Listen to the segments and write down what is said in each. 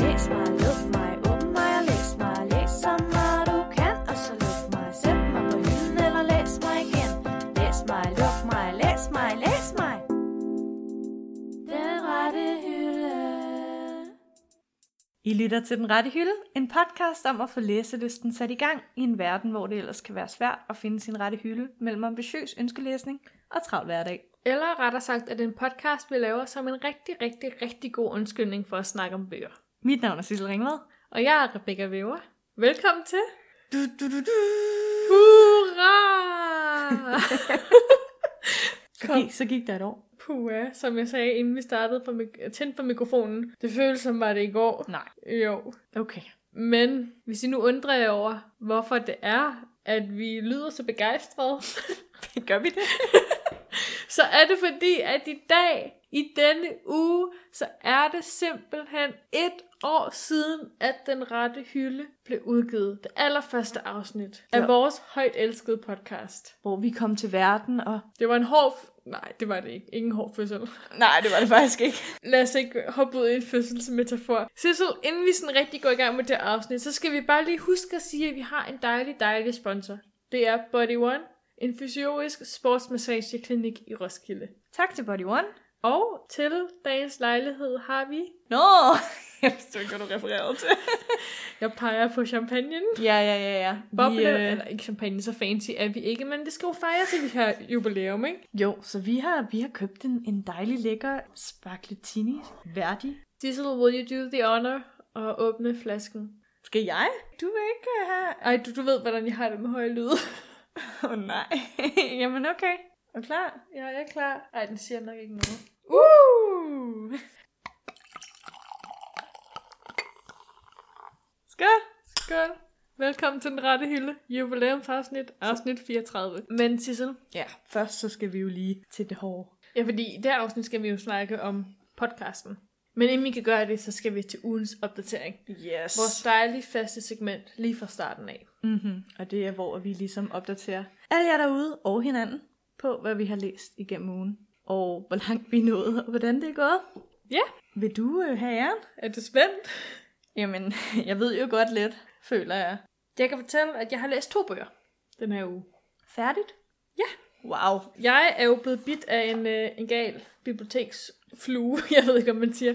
læs mig, luk mig, åbn mig og læs mig. Læs så meget du kan, og så luk mig. Sæt mig på hylden eller læs mig igen. Læs mig, luk mig, læs mig, læs mig. Den rette hylde. I lytter til Den Rette Hylde, en podcast om at få læselysten sat i gang i en verden, hvor det ellers kan være svært at finde sin rette hylde mellem ambitiøs ønskelæsning og travl hverdag. Eller rettere sagt, at en podcast, vi laver som en rigtig, rigtig, rigtig god undskyldning for at snakke om bøger. Mit navn er Sissel Ringvad. Og jeg er Rebecca Weber. Velkommen til! Du, du, du, du. Hurra! Så, Kom. gik, så gik der et år. Pua, som jeg sagde, inden vi startede for mik- tændte for mikrofonen. Det føles som var det i går. Nej. Jo. Okay. Men hvis I nu undrer jer over, hvorfor det er, at vi lyder så begejstrede, Gør vi det? så er det fordi, at i dag, i denne uge, så er det simpelthen et år siden, at Den Rette Hylde blev udgivet. Det allerførste afsnit af Ja. vores højt elskede podcast. Hvor vi kom til verden, og... Det var en hård... f- Nej, det var det ikke. Ingen hård fødsel. Nej, det var det faktisk ikke. Lad os ikke hoppe ud i en fødselsmetafor. Sissel, inden vi sådan rigtig går i gang med det her afsnit, så skal vi bare lige huske at sige, at vi har en dejlig, dejlig sponsor. Det er Body One, en fysiologisk sportsmassageklinik i Roskilde. Tak til Body One. Og til dagens lejlighed har vi... Nå, jeg forstår ikke, hvad du refererede til. Jeg peger på champagnen. Ja, ja, ja, ja. Boble, øh, eller ikke champagne, så fancy er vi ikke, men det skal jo fejres, at vi har jubilæum, ikke? Jo, så vi har, vi har købt en, en dejlig lækker sparkletini. Værdig. Sissel, will you do the honor og åbne flasken? Skal jeg? Du vil ikke øh, have... Ej, du, du ved, hvordan jeg har det med høje lyde. Åh oh, nej. Jamen okay. Er du klar? ja, jeg er klar. Ej, den siger nok ikke noget. Uh! Skål! Skål. Velkommen til den rette hylde. Jubilæumsafsnit, afsnit 34. Men Sissel, Ja, først så skal vi jo lige til det hårde. ja, fordi i det her afsnit skal vi jo snakke om podcasten. Men inden vi kan gøre det, så skal vi til ugens opdatering. Yes. Vores dejlige faste segment lige fra starten af. Mm-hmm. Og det er, hvor vi ligesom opdaterer alle jer derude og hinanden på, hvad vi har læst igennem ugen. Og hvor langt vi er nået, og hvordan det er gået. Ja. Vil du øh, have æren? Er du spændt? Jamen, jeg ved jo godt lidt, føler jeg. Jeg kan fortælle, at jeg har læst to bøger den her uge. Færdigt? Ja. Wow. Jeg er jo blevet bidt af en, øh, en gal biblioteksflue, jeg ved ikke, om man siger.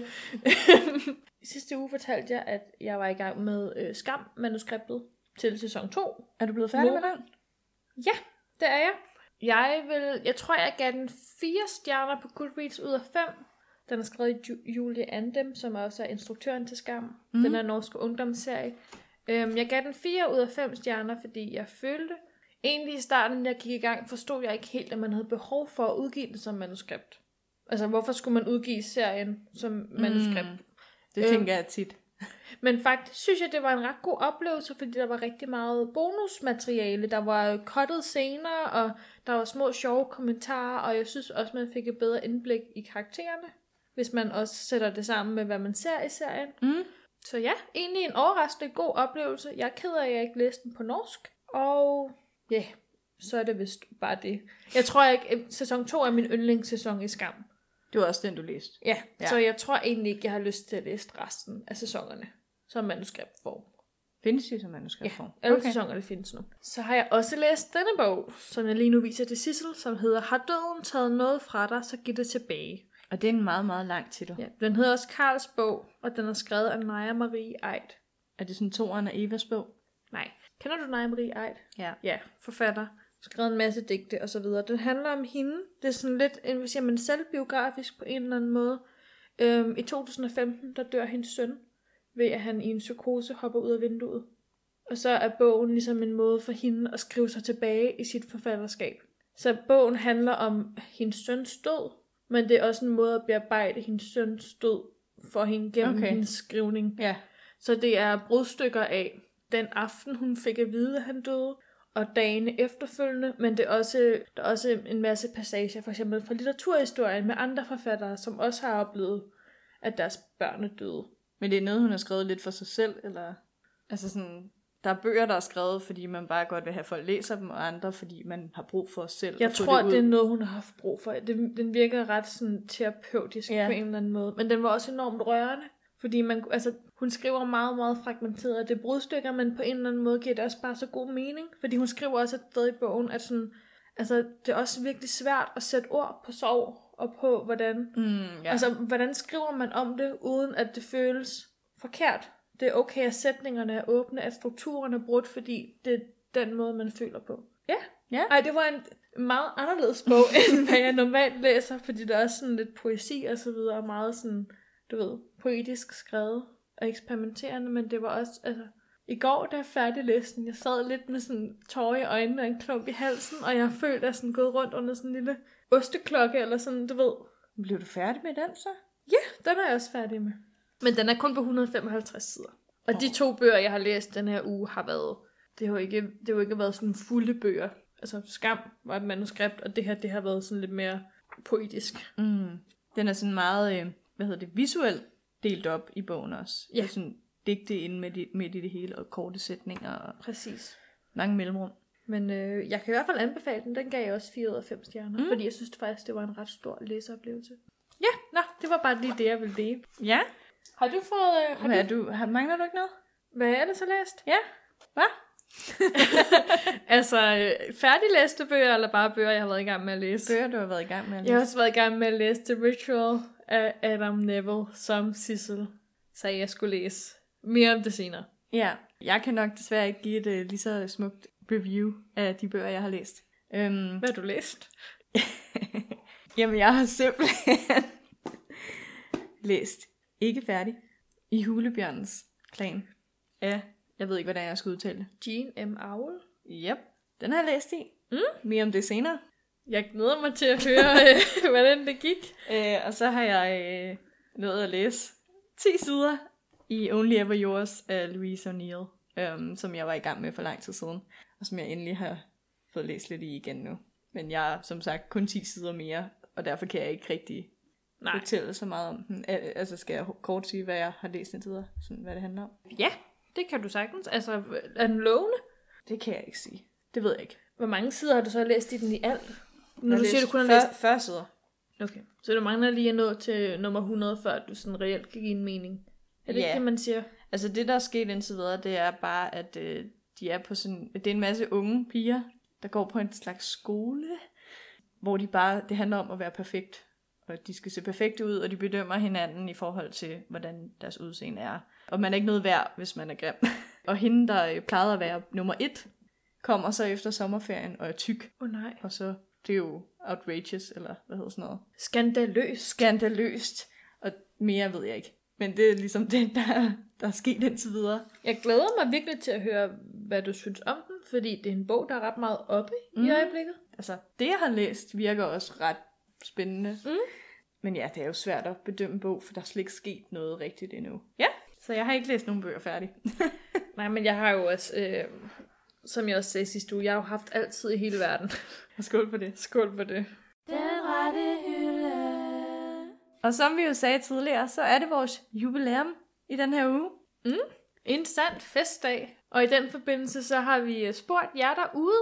I sidste uge fortalte jeg, at jeg var i gang med øh, Skam-manuskriptet til sæson 2. Er du blevet færdig Mo- med den? Ja, det er jeg. Jeg, vil, jeg tror, jeg gav den 4 stjerner på Goodreads ud af 5. Den er skrevet af Ju- Julie Andem, som også er instruktøren til Skam. Mm. Den er en norsk ungdomsserie. Øhm, jeg gav den 4 ud af 5 stjerner, fordi jeg følte, egentlig i starten, da jeg gik i gang, forstod jeg ikke helt, at man havde behov for at udgive den som manuskript. Altså, hvorfor skulle man udgive serien som manuskript? Mm. Det Øhm. tænker jeg tit. Men faktisk synes jeg, det var en ret god oplevelse, fordi der var rigtig meget bonusmateriale. Der var kottet scener, og der var små sjove kommentarer, og jeg synes også, man fik et bedre indblik i karaktererne, hvis man også sætter det sammen med, hvad man ser i serien. Mm. Så ja, egentlig en overraskende god oplevelse. Jeg er ked af, at jeg ikke læste den på norsk, og ja, yeah, så er det vist bare det. Jeg tror ikke, at sæson 2 er min yndlingssæson i Skam. Det var også den, du læste. Ja, Ja. ja, så jeg tror egentlig ikke, jeg har lyst til at læse resten af sæsonerne som manuskriptform. Findes det som manuskript? Ja, alle okay. sæsoner, det findes nu. Så har jeg også læst denne bog, som jeg lige nu viser til Sissel, som hedder Har døden taget noget fra dig, så giv det tilbage. Og det er en meget, meget lang titel. Ja. Ja, den hedder også Karls bog, og den er skrevet af Naja Marie Eid. Er det sådan toeren af Evas bog? Nej, kender du Naja Marie Eid? Ja. Ja, forfatter. Skrevet en masse digte og så videre. Den handler om hende. Det er sådan lidt, en, hvis jeg man selvbiografisk på en eller anden måde. Øhm, I 2015, der dør hendes søn, ved at han i en psykose hopper ud af vinduet. Og så er bogen ligesom en måde for hende at skrive sig tilbage i sit forfatterskab. Så bogen handler om hendes søns død, men det er også en måde at bearbejde hendes søns død for hende gennem Okay. okay. hendes skrivning. Ja. Så det er brudstykker af den aften, hun fik at vide, at han døde, og dagene efterfølgende, men det er også, der er også en masse passager, for eksempel fra litteraturhistorien med andre forfattere, som også har oplevet, at deres børn er døde. Men det er noget, hun har skrevet lidt for sig selv, eller? Altså sådan, der er bøger, der er skrevet, fordi man bare godt vil have, at folk læser dem, og andre, fordi man har brug for os selv. Jeg at få tror, det, ud. det er noget, hun har haft brug for. Det, den virker ret sådan, terapeutisk Ja. ja. på en eller anden måde. Men den var også enormt rørende, Fordi man, altså, hun skriver meget, meget fragmenteret, og det er brudstykker, men på en eller anden måde giver det også bare så god mening. Fordi hun skriver også et sted i bogen, at sådan, altså, det er også virkelig svært at sætte ord på sorg og på, hvordan Mm, Ja. Altså, hvordan skriver man om det, uden at det føles forkert? Det er okay, at sætningerne er åbne, at strukturen er brudt, fordi det er den måde, man føler på. Ja. Ja. Ej, det var en meget anderledes bog, end hvad jeg normalt læser, fordi der er også sådan lidt poesi og så videre, og meget sådan, du ved, poetisk skrevet og eksperimenterende, men det var også, altså, i går, da jeg færdiglæste den, jeg sad lidt med sådan tårer i øjnene og en klump i halsen, og jeg følte, at jeg sådan gået rundt under sådan en lille osteklokke, eller sådan, du ved, blev du færdig med den så? den er jeg også færdig med. Men den er kun på 155 sider. Og de to bøger, jeg har læst den her uge, har været... Det har jo ikke, det har jo ikke været sådan fulde bøger. Altså Skam var et manuskript, og det her det har været sådan lidt mere poetisk. Mm. Den er sådan meget, øh, hvad hedder det, visuelt delt op i bogen også. Ja. Det er sådan digte inde midt i, midt i det hele, og korte sætninger, og Præcis. mange mellemrum. Men øh, jeg kan i hvert fald anbefale den. Den gav jeg også 4 ud af 5 stjerner, Mm. mm. fordi jeg synes faktisk, det var en ret stor læseoplevelse. Ja, nå, det var bare lige det, jeg ville dele. Ja, Har du fået... Øh, har hvad er du, du, har, mangler du ikke noget? hvad er det så læst? Ja, hvad? Altså, øh, færdiglæste bøger, eller bare bøger, jeg har været i gang med at læse? Bøger, du har været i gang med at Jeg har også været i gang med at læse The Ritual af Adam Neville, som Sissel sagde, jeg skulle læse. Mere om det senere. Ja, jeg kan nok desværre ikke give et øh, lige så smukt review af de bøger, jeg har læst. Øhm, Hvad har du læst? Jamen, jeg har simpelthen læst ikke færdig i Hulebjørnens klan. Ja, jeg ved ikke, hvordan jeg skal udtale det. Jean M. Owl? Yep, den har jeg læst i. Mm. Mere om det senere. Jeg glæder mig til at høre, øh, hvordan det gik. Øh, og så har jeg øh, nået at læse 10 sider i Only Ever Yours af Louise O'Neill, øhm, som jeg var i gang med for lang tid siden, og som jeg endelig har fået læst lidt i igen nu. Men jeg har som sagt kun 10 sider mere, og derfor kan jeg ikke rigtig Nej. fortælle så meget om den. Al- Altså skal jeg kort sige, hvad jeg har læst indtil videre, sådan hvad det handler om? Ja, det kan du sagtens. Altså, er den lovende? Det kan jeg ikke sige. Det ved jeg ikke. Hvor mange sider har du så læst i den i alt? Jeg Når du siger, du kun har fyr- læst... 40 sider. Okay, så du mangler lige at nå til nummer 100, før du sådan reelt kan give en mening. Er det Ja. ikke det, man siger? Altså det, der er sket indtil videre, det er bare, at øh, de er på sådan... Det er en masse unge piger, der går på en slags skole, hvor de bare... Det handler om at være perfekt. Og de skal se perfekte ud, og de bedømmer hinanden i forhold til, hvordan deres udseende er. Og man er ikke noget værd, hvis man er grim. og hende, der øh, plejede at være nummer et, kommer så efter sommerferien og er tyk. Åh oh, nej. Og så... Det er jo outrageous, eller hvad hedder sådan noget Skandaløs. skandaløst, og mere ved jeg ikke. Men det er ligesom det, der, der er sket indtil videre. Jeg glæder mig virkelig til at høre, hvad du synes om den, fordi det er en bog, der er ret meget oppe mm. Mhm. i øjeblikket. Altså, det jeg har læst virker også ret spændende. Mm. Men ja, det er jo svært at bedømme en bog, for der er slet ikke sket noget rigtigt endnu. Ja, så jeg har ikke læst nogen bøger færdig. Nej, men jeg har jo også, øh, som jeg også sagde sidste uge, jeg har jo haft altid i hele verden. Og skål på det. Skål for det. Den rette hylde. Og som vi jo sagde tidligere, så er det vores jubilæum i den her uge. En sand festdag. Og i den forbindelse, så har vi øh, spurgt jer derude,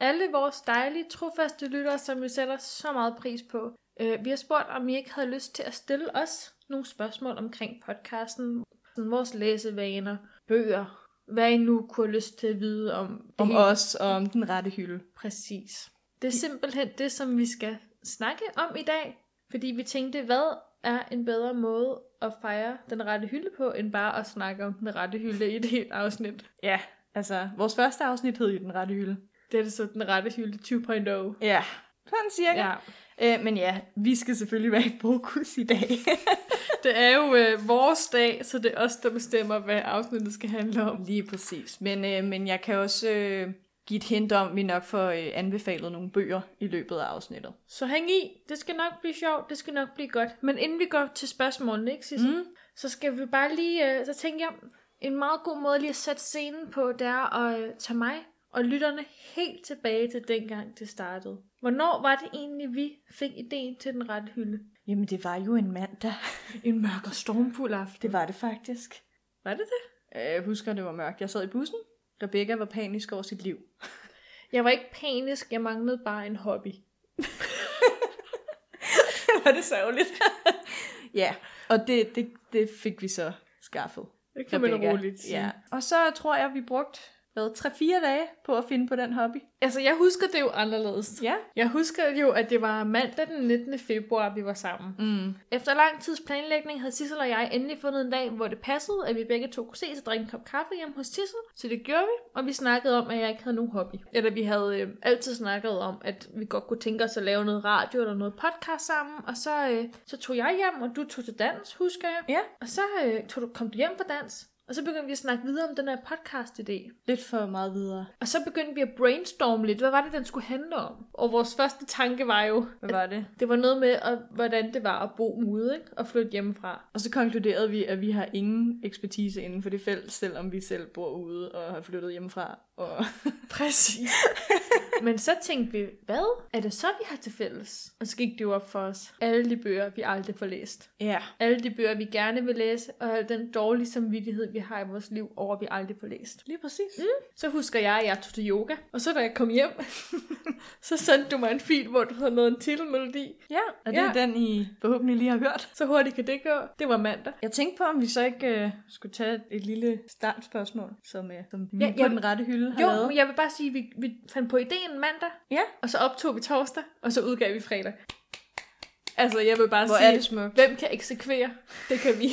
alle vores dejlige, trofaste lyttere, som vi sætter så meget pris på. Øh, vi har spurgt, om I ikke havde lyst til at stille os nogle spørgsmål omkring podcasten, sådan vores læsevaner, bøger, hvad I nu kunne have lyst til at vide om det Om hele. os og om den rette hylde. Præcis. Det er simpelthen det, som vi skal snakke om i dag, fordi vi tænkte, hvad er en bedre måde at fejre den rette hylde på, end bare at snakke om den rette hylde i et helt afsnit. Ja, altså, vores første afsnit hed jo den rette hylde. Det er så den rette hylde 2.0. Ja, sådan cirka. Ja, Øh, men ja, vi skal selvfølgelig være i fokus i dag. det er jo øh, vores dag, så det er os, der bestemmer, hvad afsnittet skal handle om. Lige præcis. Men, øh, men jeg kan også øh, give et hint om, at vi nok får øh, anbefalet nogle bøger i løbet af afsnittet. Så hæng i, det skal nok blive sjovt, det skal nok blive godt. Men inden vi går til spørgsmålene, ikke, Sissel? Mm. så skal vi bare lige, øh, så tænker jeg, en meget god måde lige at sætte scenen på, det er at øh, tage mig og lytterne helt tilbage til dengang det startede. Hvornår var det egentlig, vi fik ideen til den rette hylde? Jamen, det var jo en mandag. En mørk og stormfuld aften. Det var det faktisk. Var det det? Øh, Jeg husker, det var mørkt. Jeg sad i bussen. Rebecca var panisk over sit liv. Jeg var ikke panisk, jeg manglede bare en hobby. var det sørgeligt? ja, Og det, det, det fik vi så skaffet. Det kan man Rebecca. roligt sige. Ja. Og så tror jeg, vi brugte hvad, 3-4 dage på at finde på den hobby. Altså, jeg husker det jo anderledes. Ja. Jeg husker jo, at det var mandag den 19. februar, vi var sammen. Mm. Efter lang tids planlægning havde Sissel og jeg endelig fundet en dag, hvor det passede, at vi begge to kunne ses og drikke en kop kaffe hjemme hos Sissel. Så det gjorde vi, og vi snakkede om, at jeg ikke havde nogen hobby. Eller vi havde øh, altid snakket om, at vi godt kunne tænke os at lave noget radio eller noget podcast sammen. Og så, øh, så tog jeg hjem, og du tog til dans, husker jeg. Ja. Og så øh, tog du, kom du hjem fra dans, og så begyndte vi at snakke videre om den her podcast-idé. Lidt for meget videre. Og så begyndte vi at brainstorme lidt. Hvad var det, den skulle handle om? Og vores første tanke var jo, Hvad var det? det var noget med, at, hvordan det var at bo ude ikke? og flytte hjemmefra. Og så konkluderede vi, at vi har ingen ekspertise inden for det felt, selvom vi selv bor ude og har flyttet hjemmefra. Og... Præcis. Men så tænkte vi, hvad er det så, vi har til fælles? Og så gik det jo op for os. Alle de bøger, vi aldrig får læst. Ja. Alle de bøger, vi gerne vil læse, og al den dårlige samvittighed, vi har i vores liv over, at vi aldrig får læst. Lige præcis. Mm. Så husker jeg, at jeg tog til yoga, og så da jeg kom hjem, så sendte du mig en fil, hvor du havde lavet en titelmelodi. Ja, og det ja. er den, I forhåbentlig lige har hørt. Så hurtigt kan det gå. Det var mandag. Jeg tænkte på, om vi så ikke øh, skulle tage et, et lille startspørgsmål, som, øh, som vi Ja, ja, på ja. den rette hylde har Jo, lavet. men jeg vil bare sige, at vi, vi fandt på ideen mandag, Ja. og så optog vi torsdag, og så udgav vi fredag. Altså, jeg vil bare Hvor sige, er det smukt. hvem kan eksekvere? Det kan vi.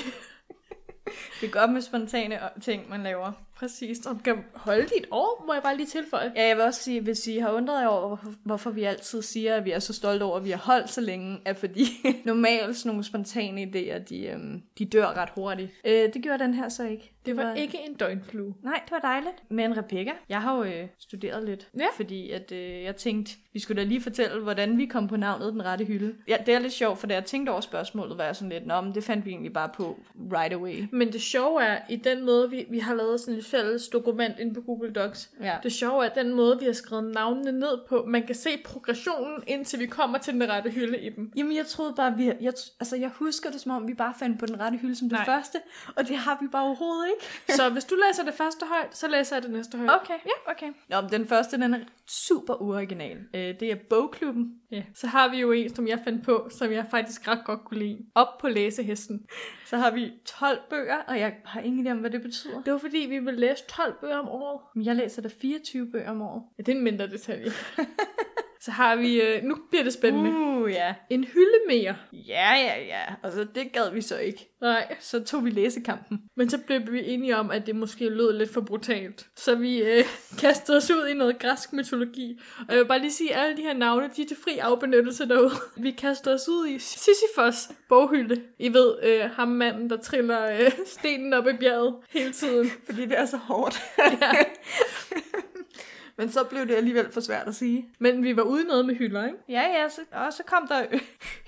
Det er godt med spontane øh, ting, man laver. Præcis, og kan holde dit år, må jeg bare lige tilføje. Ja, jeg vil også sige, hvis I har undret jer over, hvorfor- hvorfor vi altid siger, at vi er så stolte over, at vi har holdt så længe, er fordi normalt sådan nogle spontane idéer, de, øhm, de dør ret hurtigt. Øh, det gjorde den her så ikke. Det var ikke en døgnflue. Nej, det var dejligt. Men Rebecca, jeg har jo øh, studeret lidt, Ja. fordi at, øh, jeg tænkte, vi skulle da lige fortælle, hvordan vi kom på navnet Den Rette Hylde. Ja, det er lidt sjovt, for da jeg tænkte over spørgsmålet, var jeg sådan lidt, nå, men det fandt vi egentlig bare på right away. Men det sjove er, i den måde, vi, vi har lavet sådan et fælles dokument inde på Google Docs, Ja. det sjove er, at den måde, vi har skrevet navnene ned på, man kan se progressionen, indtil vi kommer til den rette hylde i dem. Jamen, jeg troede bare, vi... Jeg, altså, jeg husker det, som om vi bare fandt på den rette hylde som det Nej. første, og det har vi bare overhovedet ikke. Så hvis du læser det første højt, så læser jeg det næste højt. Okay, ja, okay. Nå, men den første, den er super uoriginal. Øh, det er bogklubben, Ja. Så har vi jo en, som jeg fandt på, som jeg faktisk ret godt kunne lide. Op på læsehesten. så har vi 12 bøger, og jeg har ingen idé om, hvad det betyder. Det var fordi, vi ville læse 12 bøger om året. Men Jeg læser da 24 bøger om året. Ja, det er en mindre detalje. så har vi, øh, nu bliver det spændende. Uh. Uh, ja. En hylde mere. Ja, ja, ja. Og så det gad vi så ikke. Nej, Så tog vi læsekampen. men så blev vi enige om, at det måske lød lidt for brutalt. Så vi øh, kastede os ud i noget græsk mytologi. Og jeg vil bare lige sige, at alle de her navne, de er til fri afbenyttelse derude. Vi kastede os ud i Sisyfos boghylde. I ved, øh, ham manden, der triller øh, stenen op i bjerget hele tiden. Fordi det er så hårdt. Ja. Men så blev det alligevel for svært at sige. Men vi var ude i noget med hylder, ikke? Ja, ja, så, og så kom der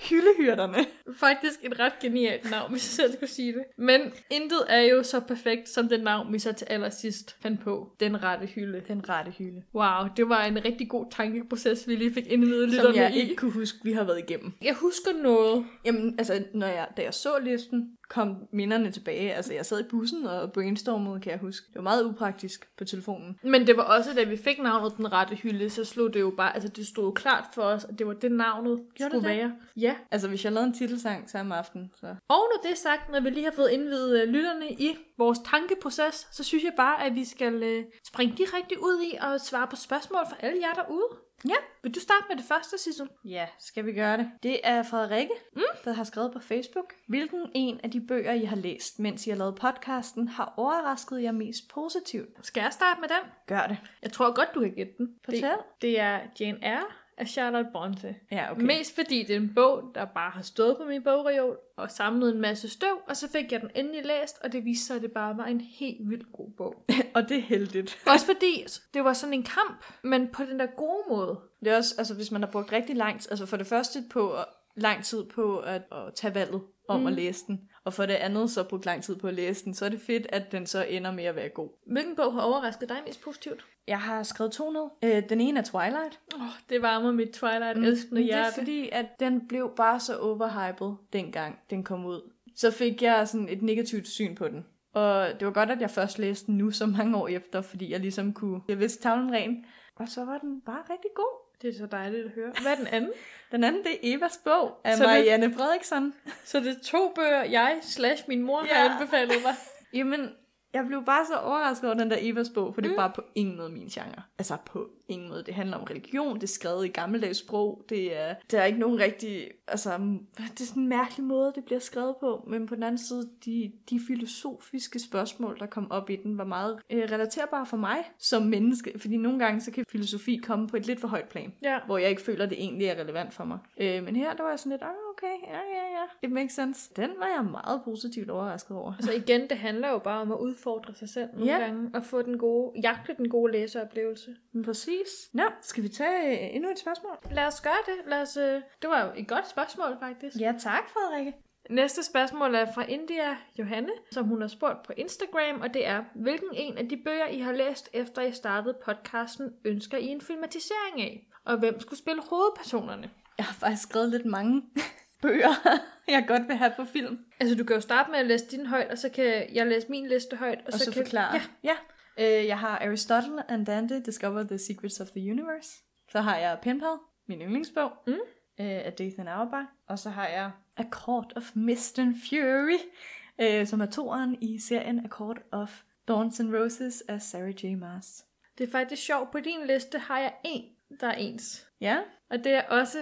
hyldehyrderne. Faktisk et ret genialt navn, hvis jeg selv skulle sige det. Men intet er jo så perfekt som det navn, vi så til allersidst fandt på. Den rette hylde. Den rette hylde. Wow, det var en rigtig god tankeproces, vi lige fik indvidet Som lytterne jeg i. ikke kunne huske, vi har været igennem. Jeg husker noget. Jamen, altså, når jeg, da jeg så listen, kom minderne tilbage. Altså, jeg sad i bussen og brainstormede, kan jeg huske. Det var meget upraktisk på telefonen. Men det var også, da vi fik navnet Den Rette Hylde, så slog det jo bare, altså det stod jo klart for os, at det var det navnet Gjorde skulle det det? være. Ja. Altså, hvis jeg lavede en titelsang samme aften, så... Og når det er sagt, når vi lige har fået indvidet øh, lytterne i vores tankeproces, så synes jeg bare, at vi skal øh, springe direkte ud i og svare på spørgsmål fra alle jer derude. Ja. Vil du starte med det første, Sissel? Ja, skal vi gøre det? Det er Frederikke, mm? der har skrevet på Facebook. Hvilken en af de bøger, I har læst, mens I har lavet podcasten, har overrasket jer mest positivt? Skal jeg starte med den? Gør det. Jeg tror godt, du kan gætte den. Fortæl. Det, det er Jane Eyre af Charlotte Bronte. Ja, Okay. Mest fordi det er en bog, der bare har stået på min bogreol og samlet en masse støv, og så fik jeg den endelig læst, og det viste sig, at det bare var en helt vildt god bog. og det er heldigt. Også fordi det var sådan en kamp, men på den der gode måde. Det er også, altså hvis man har brugt rigtig lang tid, altså for det første på at, lang tid på at, at tage valget om mm. at læse den, og for det andet så brugt lang tid på at læse den, så er det fedt, at den så ender med at være god. Hvilken bog har overrasket dig mest positivt? Jeg har skrevet to ned. Øh, den ene er Twilight. Oh, det varmer mit Twilight-elskende Men mm, det er hjerte. fordi, at den blev bare så overhyped dengang den kom ud. Så fik jeg sådan et negativt syn på den. Og det var godt, at jeg først læste den nu så mange år efter, fordi jeg ligesom kunne... Jeg vidste tavlen ren. Og så var den bare rigtig god. Det er så dejligt at høre. Hvad er den anden? Den anden, det er Evas bog af Så det- Marianne Frederiksen. så det er to bøger, jeg slash min mor Ja. har anbefalet mig. Jamen, jeg blev bare så overrasket over den der Evas bog, for det er Mm. bare på ingen måde min genre. Altså på ingen måde. Det handler om religion, det er skrevet i gammeldags sprog, det er, der er ikke nogen rigtig, altså det er sådan en mærkelig måde, det bliver skrevet på, men på den anden side, de, de filosofiske spørgsmål, der kom op i den, var meget øh, relaterbare for mig som menneske, fordi nogle gange, så kan filosofi komme på et lidt for højt plan Ja. hvor jeg ikke føler, at det egentlig er relevant for mig. Øh, men her, der var jeg sådan lidt, oh, okay, ja, ja, ja, it makes sense. Den var jeg meget positivt overrasket over. Altså igen, det handler jo bare om at udfordre sig selv nogle Ja. ja. gange, og få den gode, jagte den gode læseoplevelse. Men Præcis. Nå, skal vi tage øh, endnu et spørgsmål? Lad os gøre det. Lad os, øh... Det var jo et godt spørgsmål, faktisk. Ja, tak, Frederikke. Næste spørgsmål er fra India Johanne, som hun har spurgt på Instagram, og det er, hvilken en af de bøger, I har læst, efter I startede podcasten, ønsker I en filmatisering af? Og hvem skulle spille hovedpersonerne? Jeg har faktisk skrevet lidt mange bøger, jeg godt vil have på film. Altså, du kan jo starte med at læse din højt, og så kan jeg læse min liste højt, og, Og så, så kan... forklare. Ja, ja. Øh, jeg har Aristotle and Dante Discover the Secrets of the Universe. Så har jeg Pinpad, min yndlingsbog, Mm. øh, af Dathan Auerbach. Og så har jeg A Court of Mist and Fury, øh, som er toeren i serien A Court of Thorns and Roses af Sarah J. Maas. det er faktisk sjovt. På din liste har jeg en, der er ens. Ja, Og det er også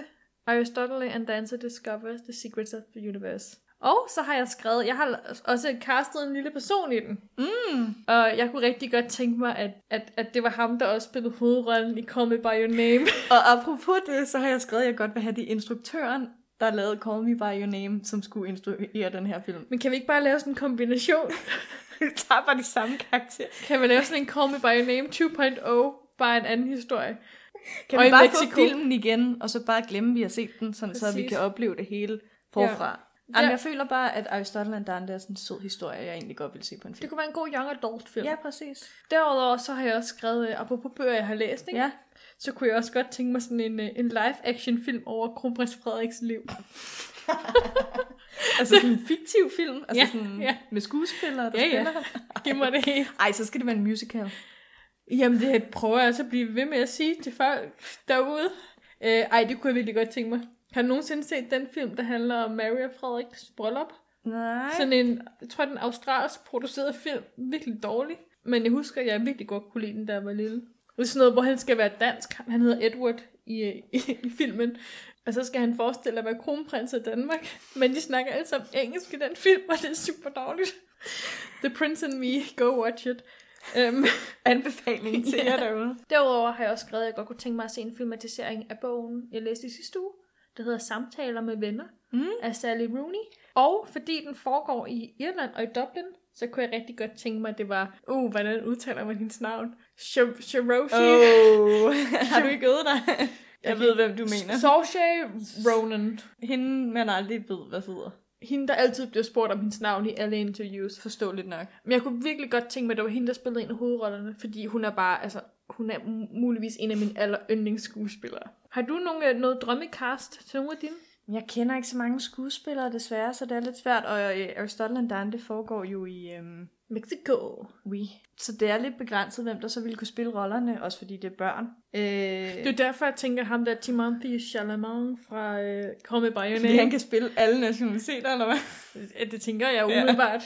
Aristotle and Dancer Discovers the Secrets of the Universe. Og så har jeg skrevet, jeg har også castet en lille person i den. mm. Og jeg kunne rigtig godt tænke mig, at, at, at det var ham, der også spillede hovedrollen i Call Me By Your Name. og apropos det, så har jeg skrevet, at jeg godt vil have det er instruktøren, der lavede Call Me By Your Name, som skulle instruere den her film. Men kan vi ikke bare lave sådan en kombination? Vi tager bare de samme karakterer. Kan vi lave sådan en Call Me By Your Name 2.0? Bare en anden historie. Kan Og vi i bare Mexico. få filmen igen, og så bare glemme, at vi har set den, sådan, så vi Præcis. kan opleve det hele forfra. Ja. Ja. Jamen, jeg føler bare, at Aristotle and Dante er sådan en sød historie, jeg egentlig godt vil se på en Det film. kunne være en god young adult film. Ja, præcis. Derudover så har jeg også skrevet, øh, apropos bøger, jeg har læst, ikke? Ja. så kunne jeg også godt tænke mig sådan en, øh, en live-action film over kronprins Frederiks liv. Altså sådan en fiktiv film, altså Ja, sådan ja. med skuespillere, der Ja, ja. spiller. Giv mig det hele. Ej, så skal det være en musical. Jamen, det prøver jeg altså at blive ved med at sige til folk derude. Øh, ej, det kunne jeg virkelig godt tænke mig. Har du nogensinde set den film, der handler om Mary og Frederiks bryllup? Nej. Sådan en, jeg tror, den australsk produceret film. Virkelig dårlig. Men jeg husker, at jeg virkelig godt kunne lide den, da jeg var lille. Det er sådan noget, hvor han skal være dansk. Han hedder Edward i, øh, i, i filmen. Og så skal han forestille at være kronprins af Danmark. Men de snakker alle sammen engelsk i den film, og det er super dårligt. The Prince and Me, go watch it. Um, anbefaling til Ja. jer derude. Derudover har jeg også skrevet, at jeg godt kunne tænke mig at se en filmatisering af bogen, jeg læste i sidste uge, der hedder Samtaler med venner Mm. af Sally Rooney. Og fordi den foregår i Irland og i Dublin, så kunne jeg rigtig godt tænke mig, at det var, uh, hvordan udtaler man hendes navn? Sh- Shiroshi. Oh. har du ikke øvet dig? Jeg Okay. ved, hvem du mener. Saoirse Ronan. Hende, man aldrig ved, hvad hedder. Hende, der altid bliver spurgt om hendes navn i alle interviews. Forståeligt nok. Men jeg kunne virkelig godt tænke mig, at det var hende, der spillede en af hovedrollerne, fordi hun er bare, altså, hun er mu- muligvis en af mine aller yndlingsskuespillere. Har du nogen, øh, noget drømmecast til nogle af dine? Jeg kender ikke så mange skuespillere desværre, så det er lidt svært. Og øh, Aristotle and Dante foregår jo i øhm, Mexico. Wii. Så det er lidt begrænset, hvem der så ville kunne spille rollerne, også fordi det er børn. Øh, Det er derfor, jeg tænker ham der Timothy Chalamet fra øh, Call Me By Your fordi han Name. kan spille alle nationaliteter, eller hvad? Kan... Det tænker jeg Ja. umiddelbart.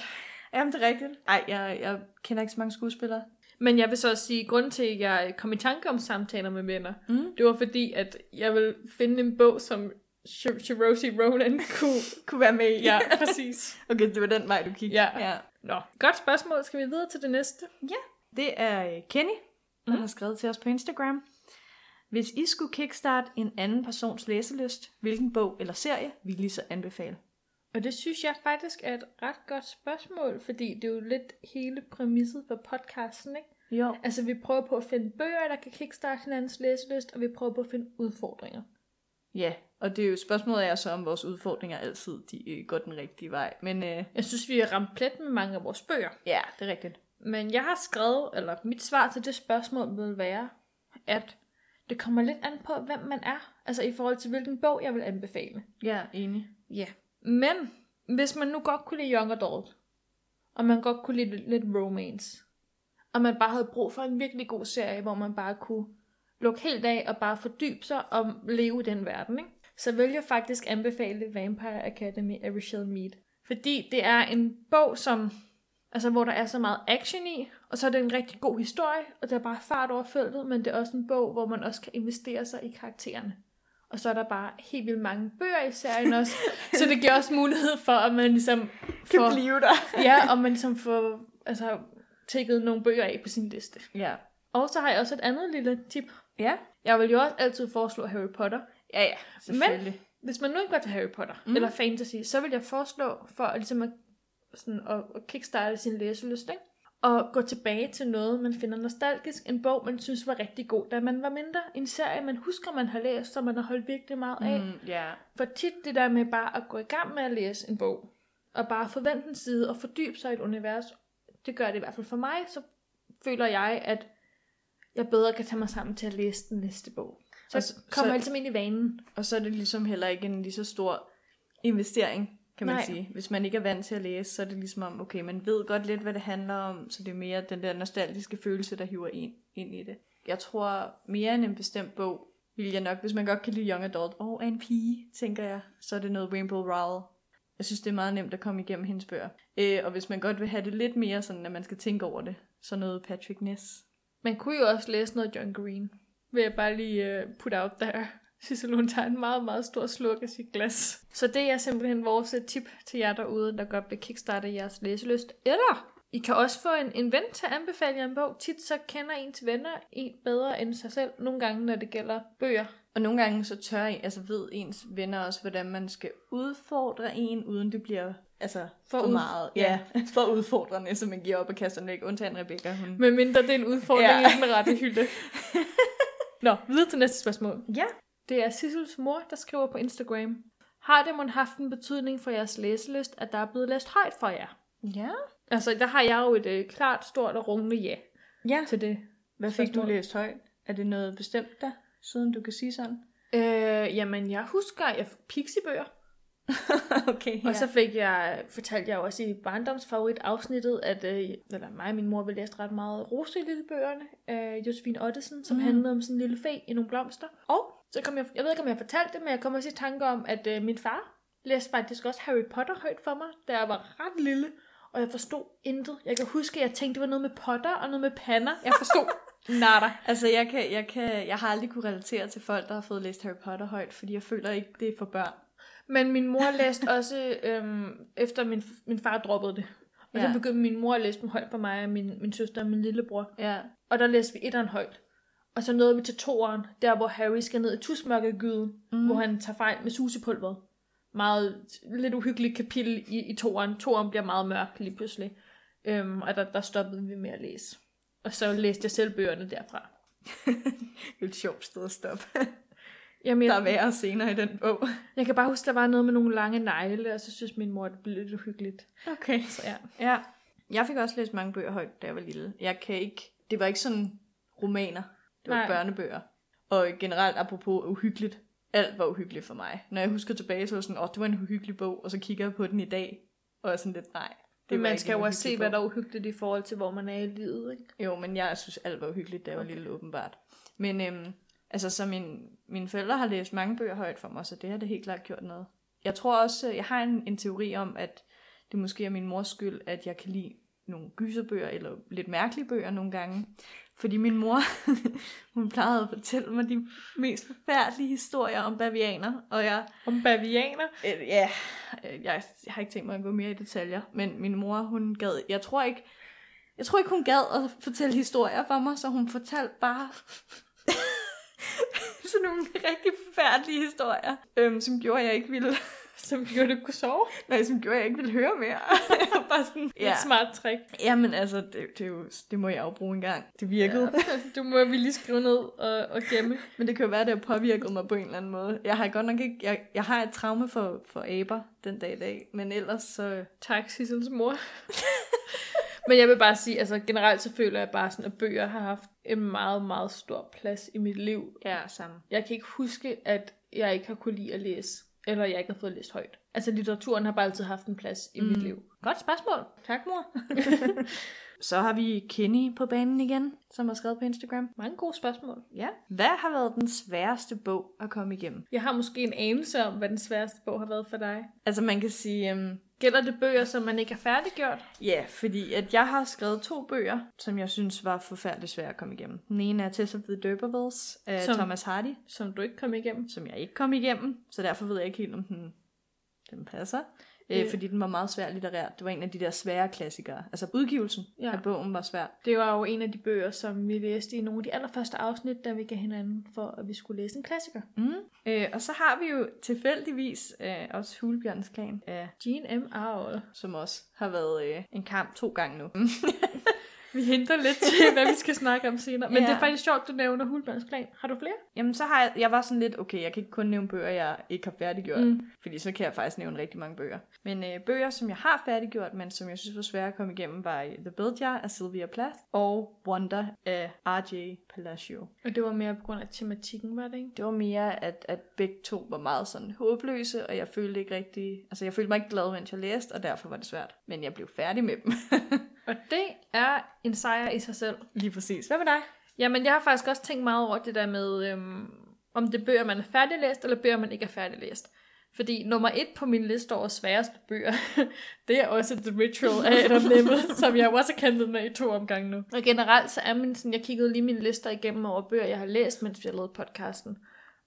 Jamen, det er rigtigt. Ej, jeg, jeg kender ikke så mange skuespillere. Men jeg vil så også sige, grund til, at jeg kom i tanke om samtaler med venner, Mm. det var fordi, at jeg ville finde en bog, som Sh- Shiroshi Ronan kunne. Kunne være med i. Ja, præcis. Okay, det var den vej, du kiggede. Ja. ja. Nå, godt spørgsmål. Skal vi videre til det næste? Det er øh, Kenny, der Mm. har skrevet til os på Instagram. Hvis I skulle kickstarte en anden persons læselyst, hvilken bog eller serie ville I så anbefale? Og det synes jeg faktisk er et ret godt spørgsmål, fordi det er jo lidt hele præmisset for podcasten, ikke? Jo. Altså, vi prøver på at finde bøger, der kan kickstarte hinandens læselyst, og vi prøver på at finde udfordringer. Ja, og det er jo spørgsmålet er så, om vores udfordringer altid de, øh, går den rigtige vej. Men øh, Jeg synes, vi har ramt plet med mange af vores bøger. ja, det er rigtigt. Men jeg har skrevet, eller mit svar til det spørgsmål vil være, at det kommer lidt an på, hvem man er. Altså i forhold til, hvilken bog jeg vil anbefale. Ja, enig. Ja. Men, hvis man nu godt kunne lide Young Adult, og man godt kunne lide lidt romance. Og man bare havde brug for en virkelig god serie, hvor man bare kunne lukke helt af og bare fordybe sig og leve i den verden. Ikke? Så vil jeg faktisk anbefale Vampire Academy af Rachel Mead. Fordi det er en bog, som, altså, hvor der er så meget action i, og så er det en rigtig god historie, og der er bare fart over feltet, men det er også en bog, hvor man også kan investere sig i karaktererne. Og så er der bare helt vildt mange bøger i serien også, så det giver også mulighed for, at man ligesom Kan får, blive der. ja, og man ligesom får altså, tækket nogle bøger af på sin liste. Ja. Og så har jeg også et andet lille tip. Ja. Jeg vil jo også altid foreslå Harry Potter. Ja, ja. Selvfølgelig. Hvis man nu ikke går til Harry Potter, Mm. mm. eller fantasy, så vil jeg foreslå for at, ligesom at, sådan, at, at kickstarte sin læselyst, ikke? Og gå tilbage til noget, man finder nostalgisk. En bog, man synes var rigtig god, da man var mindre. En serie, man husker, man har læst, som man har holdt virkelig meget af. Mm. Mm, ja. For tit det der med bare at gå i gang med at læse en bog, og bare forvente en side og fordybe sig i et univers, det gør det i hvert fald for mig, så føler jeg, at jeg bedre kan tage mig sammen til at læse den næste bog. Så Og jeg s- kommer så- jeg ligesom ind i vanen. Og så er det ligesom heller ikke en lige så stor investering, kan man Nej. Nej. sige. Hvis man ikke er vant til at læse, så er det ligesom om, okay, man ved godt lidt, hvad det handler om, så det er mere den der nostalgiske følelse, der hiver en ind i det. Jeg tror mere end en bestemt bog, vil jeg nok, hvis man godt kan lide Young Adult, og er en pige, tænker jeg, så er det noget Rainbow Rowell. Jeg synes, det er meget nemt at komme igennem hendes bøger. Øh, og hvis man godt vil have det lidt mere sådan, at man skal tænke over det, så noget Patrick Ness. Man kunne jo også læse noget John Green, vil jeg bare lige uh, put out there. Sissel, hun tager en meget, meget stor sluk af sit glas. Så det er simpelthen vores øh, tip til jer derude, der godt vil kickstarte jeres læselyst. Eller I kan også få en, en ven til at anbefale jer en bog. Tit så kender ens venner en bedre end sig selv, nogle gange når det gælder bøger. Og nogle gange så tør en, altså ved ens venner også, hvordan man skal udfordre en, uden det bliver altså for, for ud- meget. Ja, for udfordrende, så man giver op og kaster den væk. Undtagen Rebecca, hun... Med mindre det er en udfordring Ja. ja. i den rette hylde. Nå, videre til næste spørgsmål. Ja. Det er Sissels mor, der skriver på Instagram. Har det mon haft en betydning for jeres læselyst, at der er blevet læst højt for jer? Ja. Altså, der har jeg jo et øh, klart, stort og rungende ja Ja. til det. Hvad fik du Spørgsmål. læst højt? Er det noget bestemt der, siden du kan sige sådan? Øh, jamen, jeg husker, jeg fik pixiebøger, okay, ja. og så fik jeg, fortalte jeg jo også i barndomsfavorit afsnittet, at øh, eller mig og min mor ville læse ret meget Roselille-bøgerne af Josefine Ottesen, som Mm. mm. handlede om sådan en lille fe i nogle blomster. Og så kom jeg, jeg ved ikke om jeg fortalte det, men jeg kom også i tanke om, at øh, min far læste faktisk også Harry Potter højt for mig, da jeg var ret lille, og jeg forstod intet. Jeg kan huske, at jeg tænkte, det var noget med potter og noget med pander. Jeg forstod nada. Altså, jeg, kan, jeg, kan, jeg har aldrig kunne relatere til folk, der har fået læst Harry Potter højt, fordi jeg føler ikke, det er for børn. Men min mor læste også, øhm, efter min, min far droppede det. Og ja. Ja. så begyndte min mor at læse dem højt for mig, og min, min søster og min lillebror. Ja. Og der læste vi etteren højt. Og så nåede vi til toeren, der hvor Harry skal ned i tusmørkegyden, mm. hvor han tager fejl med susepulveret. Meget, lidt uhyggeligt kapitel i, i toeren. Toeren bliver meget mørk lige pludselig. Øhm, og der, der stoppede vi med at læse. Og så læste jeg selv bøgerne derfra. Det er et sjovt sted at stoppe. Jamen, der er jeg, værre senere i den bog. jeg kan bare huske, der var noget med nogle lange negle, og så synes min mor, at det blev lidt uhyggeligt. Okay. Så ja. Ja. Jeg fik også læst mange bøger højt, da jeg var lille. Jeg kan ikke... Det var ikke sådan romaner. Det var Nej. Nej. børnebøger. Og generelt, apropos uhyggeligt, alt var uhyggeligt for mig. Når jeg husker tilbage, så var jeg sådan, åh, oh, det var en uhyggelig bog, og så kigger jeg på den i dag, og er sådan lidt, nej. Det var man ikke skal en jo også uhyggelig se, hvad bog." der er uhyggeligt i forhold til, hvor man er i livet, ikke? Jo, men jeg synes, alt var uhyggeligt, da jeg var okay. Okay. lille, åbenbart. Men øhm, altså, så min, mine forældre har læst mange bøger højt for mig, så det har det helt klart gjort noget. Jeg tror også, øh, jeg har en, en teori om, at det måske er min mors skyld, at jeg kan lide nogle gyserbøger, eller lidt mærkelige bøger nogle gange. Fordi min mor, hun plejede at fortælle mig de mest forfærdelige historier om bavianer, og jeg Om bavianer? Øh, ja, øh, jeg, jeg har ikke tænkt mig at gå mere i detaljer, men min mor, hun gad, jeg tror ikke, jeg tror ikke, hun gad at fortælle historier for mig, så hun fortalte bare sådan nogle rigtig forfærdelige historier, øhm, som gjorde, at jeg ikke ville, Som gjorde, du ikke kunne sove? nej, som gjorde, at jeg ikke ville høre mere. Jeg var bare sådan, Ja. ja. Et smart trick. Jamen altså, det, det, er jo, det må jeg jo bruge en gang. Det virkede. Ja. Altså, du må vi lige skrive ned og, og gemme. Men det kan jo være, at det har påvirket mig på en eller anden måde. Jeg har godt nok ikke, jeg, jeg har et traume for, for aber den dag i dag, men ellers så... Tak, Sissels mor. Men jeg vil bare sige, altså generelt så føler jeg bare sådan, at bøger har haft en meget, meget stor plads i mit liv. Ja, samme. Jeg kan ikke huske, at jeg ikke har kunne lide at læse, eller jeg ikke har fået læst højt. Altså litteraturen har bare altid haft en plads i mm. mit liv. Godt spørgsmål. Tak, mor. Så har vi Kenny på banen igen, som har skrevet på Instagram. Mange gode spørgsmål. Ja. Hvad har været den sværeste bog at komme igennem? Jeg har måske en anelse om, hvad den sværeste bog har været for dig. Altså man kan sige, øhm, Gælder det bøger, som man ikke har færdiggjort? ja, fordi at jeg har skrevet to bøger, som jeg synes var forfærdeligt svære at komme igennem. Den ene er Tess of the Durbervilles af Som- Thomas Hardy, Som du ikke kom igennem? som jeg ikke kom igennem, så derfor ved jeg ikke helt, om den, den passer. Øh, Øh. fordi den var meget svær litterært. Det var en af de der svære klassikere. Altså udgivelsen Ja. ja. af bogen var svær. Det var jo en af de bøger, som vi læste i nogle af de allerførste afsnit, da vi gav hinanden for, at vi skulle læse en klassiker. Mm. Øh, og så har vi jo tilfældigvis øh, også Hulebjørns Klan, øh, Jean M. Auel. som også har været øh, en kamp to gange nu. Mm. Vi henter lidt til, hvad vi skal snakke om senere. Men Ja. det er faktisk sjovt, du nævner Hulbørns Klan. Har du flere? Jamen, så har jeg, jeg var sådan lidt, okay, jeg kan ikke kun nævne bøger, jeg ikke har færdiggjort, Mm. mm. fordi så kan jeg faktisk nævne rigtig mange bøger. Men øh, bøger, som jeg har færdiggjort, men som jeg synes var svære at komme igennem, var øh, The Build Jar af Sylvia Plath og Wonder af R.J. Palacio. Og det var mere på grund af tematikken, var det ikke? Det var mere, at, at begge to var meget sådan håbløse, og jeg følte ikke rigtig, altså jeg følte mig ikke glad, mens jeg læste, og derfor var det svært. Men jeg blev færdig med dem. Og det er en sejr i sig selv. Lige præcis. Hvad med dig? Jamen, jeg har faktisk også tænkt meget over det der med, øhm, om det er bøger, man er færdiglæst, eller bøger, man ikke er færdiglæst. Fordi nummer et på min liste over sværeste bøger, det er også The Ritual af Adam Nemeth, som jeg jo også har kendt med i to omgange nu. Og generelt så er min, sådan, jeg kiggede lige mine lister igennem over bøger, jeg har læst, mens vi har lavet podcasten.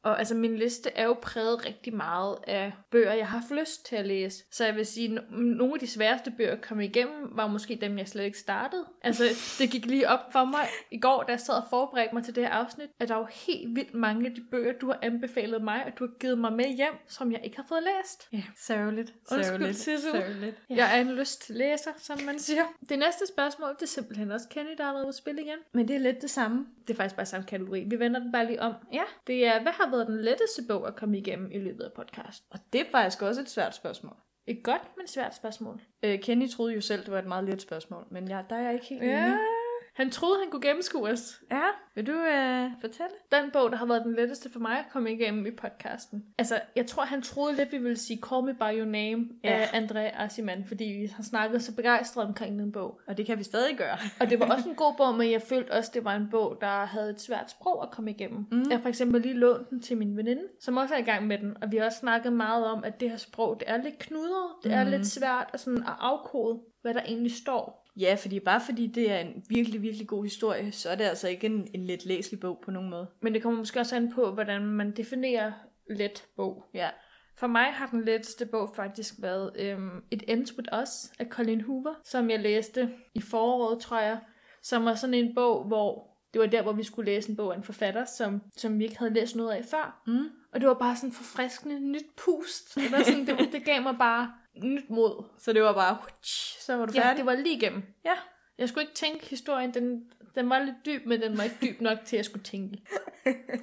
Og altså, min liste er jo præget rigtig meget af bøger, jeg har haft lyst til at læse. Så jeg vil sige, no- nogle af de sværeste bøger at komme igennem, var måske dem, jeg slet ikke startede. Altså, det gik lige op for mig i går, da jeg sad og forberedte mig til det her afsnit, at der er jo helt vildt mange af de bøger, du har anbefalet mig, og du har givet mig med hjem, som jeg ikke har fået læst. Ja, sørgeligt. Undskyld, Sissel. Sørgeligt. Ja. Jeg er en lyst til læser, som man siger. Det næste spørgsmål, det er simpelthen også Kenny, der har været på spil igen. Men det er lidt det samme. Det er faktisk bare samme kategori. Vi vender den bare lige om. Ja. Det er, hvad har været den letteste bog at komme igennem i løbet af podcast? Og det er faktisk også et svært spørgsmål. Et godt, men svært spørgsmål. Øh, Kenny troede jo selv, det var et meget let spørgsmål, men jeg, der er jeg ikke helt enig. Han troede, han kunne gennemskue os. Ja. Vil du øh, fortælle? Den bog, der har været den letteste for mig at komme igennem i podcasten. Altså, jeg tror, han troede lidt, vi ville sige Call Me By Your Name ja. Ja. af André Asiman, fordi vi har snakket så begejstret omkring den bog. Og det kan vi stadig gøre. Og det var også en god bog, men jeg følte også, det var en bog, der havde et svært sprog at komme igennem. Mm. Mm. Jeg har for eksempel lige lånt den til min veninde, som også er i gang med den. Og vi har også snakket meget om, at det her sprog, det er lidt knudret. Det er Mm. lidt svært at, sådan, at afkode, hvad der egentlig står. Ja, fordi bare fordi det er en virkelig, virkelig god historie, så er det altså ikke en, en let læselig bog på nogen måde. Men det kommer måske også an på, hvordan man definerer let bog. Ja. For mig har den letteste bog faktisk været øhm, It Ends With Us af Colin Hoover, som jeg læste i foråret, tror jeg, som var sådan en bog, hvor det var der, hvor vi skulle læse en bog af en forfatter, som, som vi ikke havde læst noget af før. Mm. Og det var bare sådan forfriskende nyt pust. Det, var sådan, det, det gav mig bare nyt mod. Så det var bare, hutsch, så var du Ja, færdig. det var lige igennem. Ja. Jeg skulle ikke tænke historien, den, den var lidt dyb, men den var ikke dyb nok til, at jeg skulle tænke.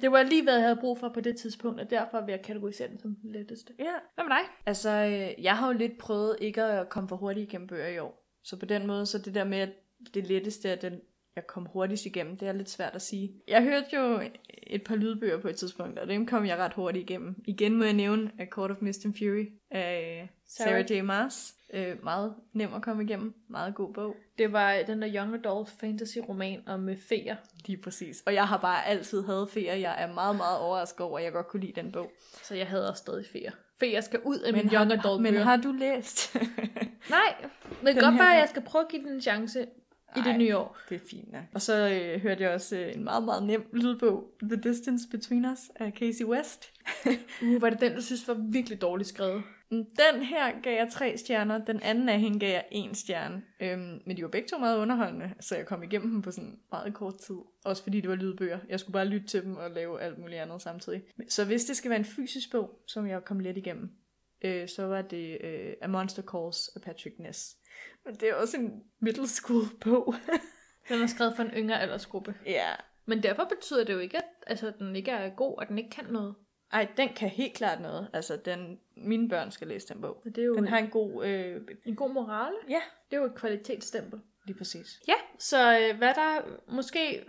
Det var lige, hvad jeg havde brug for på det tidspunkt, og derfor vil jeg kategorisere den som den letteste. ja. Hvad med dig? Altså, øh, jeg har jo lidt prøvet ikke at komme for hurtigt igennem bøger i år. Så på den måde, så det der med, at det letteste er den, jeg kom hurtigst igennem, det er lidt svært at sige. Jeg hørte jo et par lydbøger på et tidspunkt, og dem kom jeg ret hurtigt igennem. Igen må jeg nævne A Court of Mist and Fury af Sarah. Sarah, J. Maas. Øh, meget nem at komme igennem. Meget god bog. Det var den der young adult fantasy roman om øh, feer. Lige præcis. Og jeg har bare altid hadet ferie. Jeg er meget, meget overrasket over, at jeg godt kunne lide den bog. Så jeg hader stadig feer. Feer skal ud af min har, young adult men bøger. har du læst? Nej, men det Den kan godt her være, at bog. jeg skal prøve at give den en chance i det Ej. nye år. Det er fint nok. Og så øh, hørte jeg også øh, en meget, meget nem lydbog, The Distance Between Us af Casey West. Uh, var det den, du synes var virkelig dårligt skrevet? Mm, Den her gav jeg tre stjerner, den anden af hende gav jeg en stjerne. Øhm, men de var begge to meget underholdende, så jeg kom igennem dem på sådan meget kort tid. Også fordi det var lydbøger. Jeg skulle bare lytte til dem og lave alt muligt andet samtidig. Så hvis det skal være en fysisk bog, som jeg kom let igennem, øh, så var det øh, A Monster Calls af Patrick Ness. Men det er også en middle school bog. Den er skrevet for en yngre aldersgruppe. ja, Men derfor betyder det jo ikke, at altså, den ikke er god, og den ikke kan noget. Ej, den kan helt klart noget. Altså, den, mine børn skal læse den bog. Og det er jo Den har en god... Øh, en god morale. ja, Det er jo et kvalitetsstempel. lige præcis. Ja, så øh, hvad der måske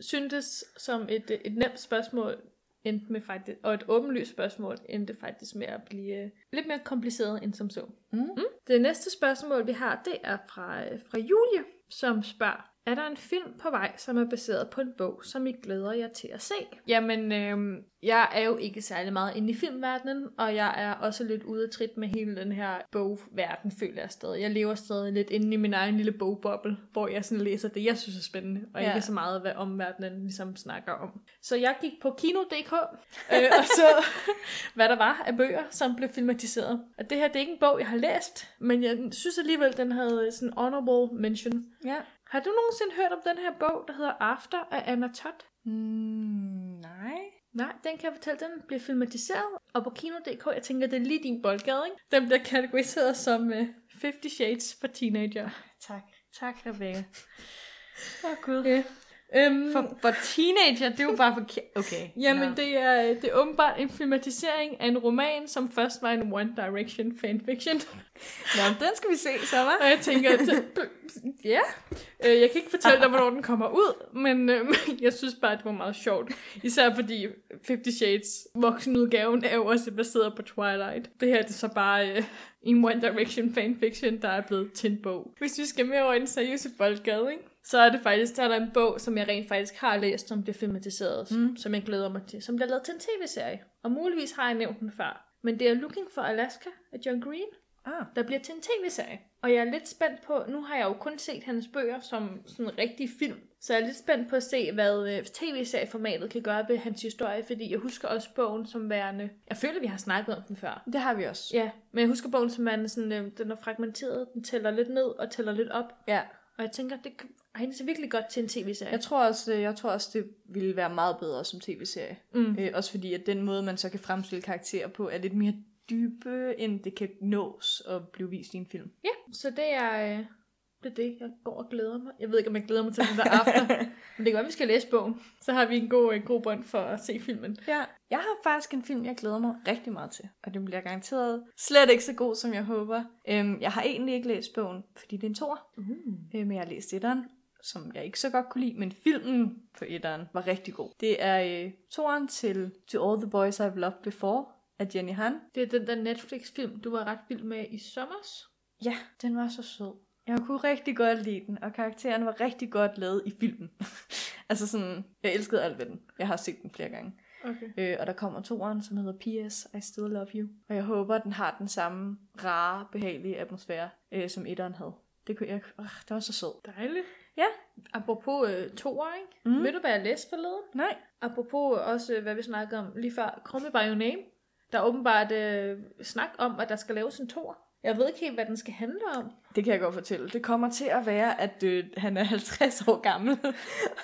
syntes som et, øh, et nemt spørgsmål endte med faktisk, og et åbenlyst spørgsmål endte faktisk med at blive øh, lidt mere kompliceret end som så. Mm. Det næste spørgsmål, vi har, det er fra, øh, fra Julie, som spørger, er der en film på vej, som er baseret på en bog, som I glæder jer til at se? Jamen, øh, jeg er jo ikke særlig meget inde i filmverdenen, og jeg er også lidt ude af trit med hele den her bogverden, føler jeg stadig. Jeg lever stadig lidt inde i min egen lille bogboble, hvor jeg sådan læser det, jeg synes er spændende, og Ja. ja. ikke så meget, hvad omverdenen ligesom snakker om. Så jeg gik på Kino.dk, øh, og så hvad der var af bøger, som blev filmatiseret. Og det her, det er ikke en bog, jeg har læst, men jeg synes alligevel, den havde øh, sådan honorable mention. Ja. Har du nogensinde hørt om den her bog, der hedder After af Anna Todd? Mm, nej. Nej, den kan jeg fortælle, den bliver filmatiseret, og på Kino.dk, jeg tænker, det er lige din boldgade, ikke? Den bliver kategoriseret som uh, 50 Shades for Teenager. Tak. Tak, Rebecca. Åh, oh, Gud. Ja. Øhm, Mm. For, for teenager, det er jo bare for... ki- Okay. Jamen, nå. det er, øh, det er åbenbart en filmatisering af en roman, som først var en One Direction fanfiction. Nå, men den skal vi se så, hva'? Og jeg tænker, at, ja, øh, jeg kan ikke fortælle dig, hvornår den kommer ud, men øh, jeg synes bare, at det var meget sjovt. Især fordi 50 Shades voksenudgaven er jo også baseret på Twilight. Det her det er så bare øh, en One Direction fanfiction, der er blevet til en bog. Hvis vi skal mere over i den seriøse boldgade, ikke? så er det faktisk, der er der en bog, som jeg rent faktisk har læst, som bliver filmatiseret, Mm. mm. som jeg glæder mig til, som bliver lavet til en tv-serie. Og muligvis har jeg nævnt den før. Men det er Looking for Alaska af John Green Ah. der bliver til en tv-serie. Og jeg er lidt spændt på, nu har jeg jo kun set hans bøger som sådan en rigtig film, så jeg er lidt spændt på at se, hvad øh, tv-serieformatet kan gøre ved hans historie, fordi jeg husker også bogen som værende, jeg føler, vi har snakket om den før. Det har vi også. Ja, men jeg husker bogen som værende sådan, øh, den er fragmenteret, den tæller lidt ned og tæller lidt op, ja. og jeg tænker, det kan egner sig virkelig godt til en tv-serie. Jeg tror også, øh, jeg tror også, det ville være meget bedre som tv-serie. Mm. Øh, også fordi, at den måde, man så kan fremstille karakterer på, er lidt mere dybe, end det kan nås og blive vist i en film. Ja, så det er, øh, det er det, jeg går og glæder mig. Jeg ved ikke, om jeg glæder mig til den der aften, men det kan være, at vi skal læse bogen. Så har vi en god, en god bånd for at se filmen. Ja. Jeg har faktisk en film, jeg glæder mig rigtig meget til, og den bliver garanteret slet ikke så god, som jeg håber. Øhm, jeg har egentlig ikke læst bogen, fordi det er en tor, Mm. øh, men jeg har læst etteren, som jeg ikke så godt kunne lide, men filmen på etteren var rigtig god. Det er øh, toren til To All The Boys I've Loved Before af Jenny Han. Det er den der Netflix-film, du var ret vild med i sommer. Ja, den var så sød. Jeg kunne rigtig godt lide den, og karakteren var rigtig godt lavet i filmen. altså sådan, jeg elskede alt ved den. Jeg har set den flere gange. Okay. Øh, og der kommer toeren, som hedder P.S. I Still Love You. Og jeg håber, den har den samme rare, behagelige atmosfære, øh, som etteren havde. Det kunne jeg... Øh, det var så sød. Dejligt. Ja. Apropos øh, toer, ikke? Mm. Mm. Ved du, hvad jeg læste forleden? Nej. Apropos også, øh, hvad vi snakkede om lige før, Krumme by your name. Der er åbenbart øh, snak om, at der skal laves en toer. Jeg ved ikke helt, hvad den skal handle om. Det kan jeg godt fortælle. Det kommer til at være, at øh, han er 50 år gammel.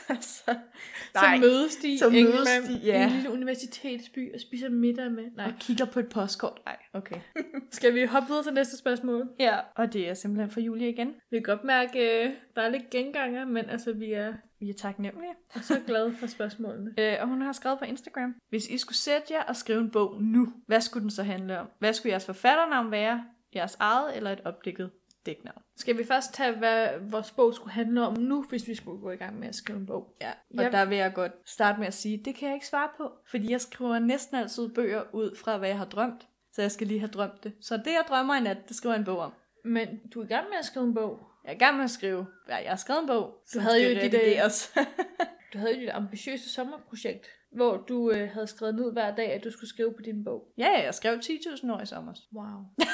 altså, Så mødes de Så i mødes England de, i ja. en lille universitetsby og spiser middag med. Nej. Og kigger på et postkort. Nej, okay. Skal vi hoppe videre til næste spørgsmål? ja, og det er simpelthen for Julie igen. Vi kan godt mærke, øh, der er lidt genganger, men altså, vi er Vi er taknemmelige. så glade for spørgsmålene. Øh, og hun har skrevet på Instagram. Hvis I skulle sætte jer og skrive en bog nu, hvad skulle den så handle om? Hvad skulle jeres forfatternavn være? Jeres eget eller et opdækket dæknavn? Skal vi først tage, hvad vores bog skulle handle om nu, hvis vi skulle gå i gang med at skrive en bog? Ja, og Jeg- der vil jeg godt starte med at sige, det kan jeg ikke svare på, fordi jeg skriver næsten altid bøger ud fra, hvad jeg har drømt, så jeg skal lige have drømt det. Så det, jeg drømmer i nat, det skriver jeg en bog om. Men du er i gang med at skrive en bog. Jeg er i gang med at skrive, ja, jeg har skrevet en bog. som havde skal jo dit, øh, revideres. Du havde jo dit ambitiøse sommerprojekt, hvor du øh, havde skrevet ned hver dag, at du skulle skrive på din bog. ja, ja, jeg skrev 10.000 år i sommer. Wow.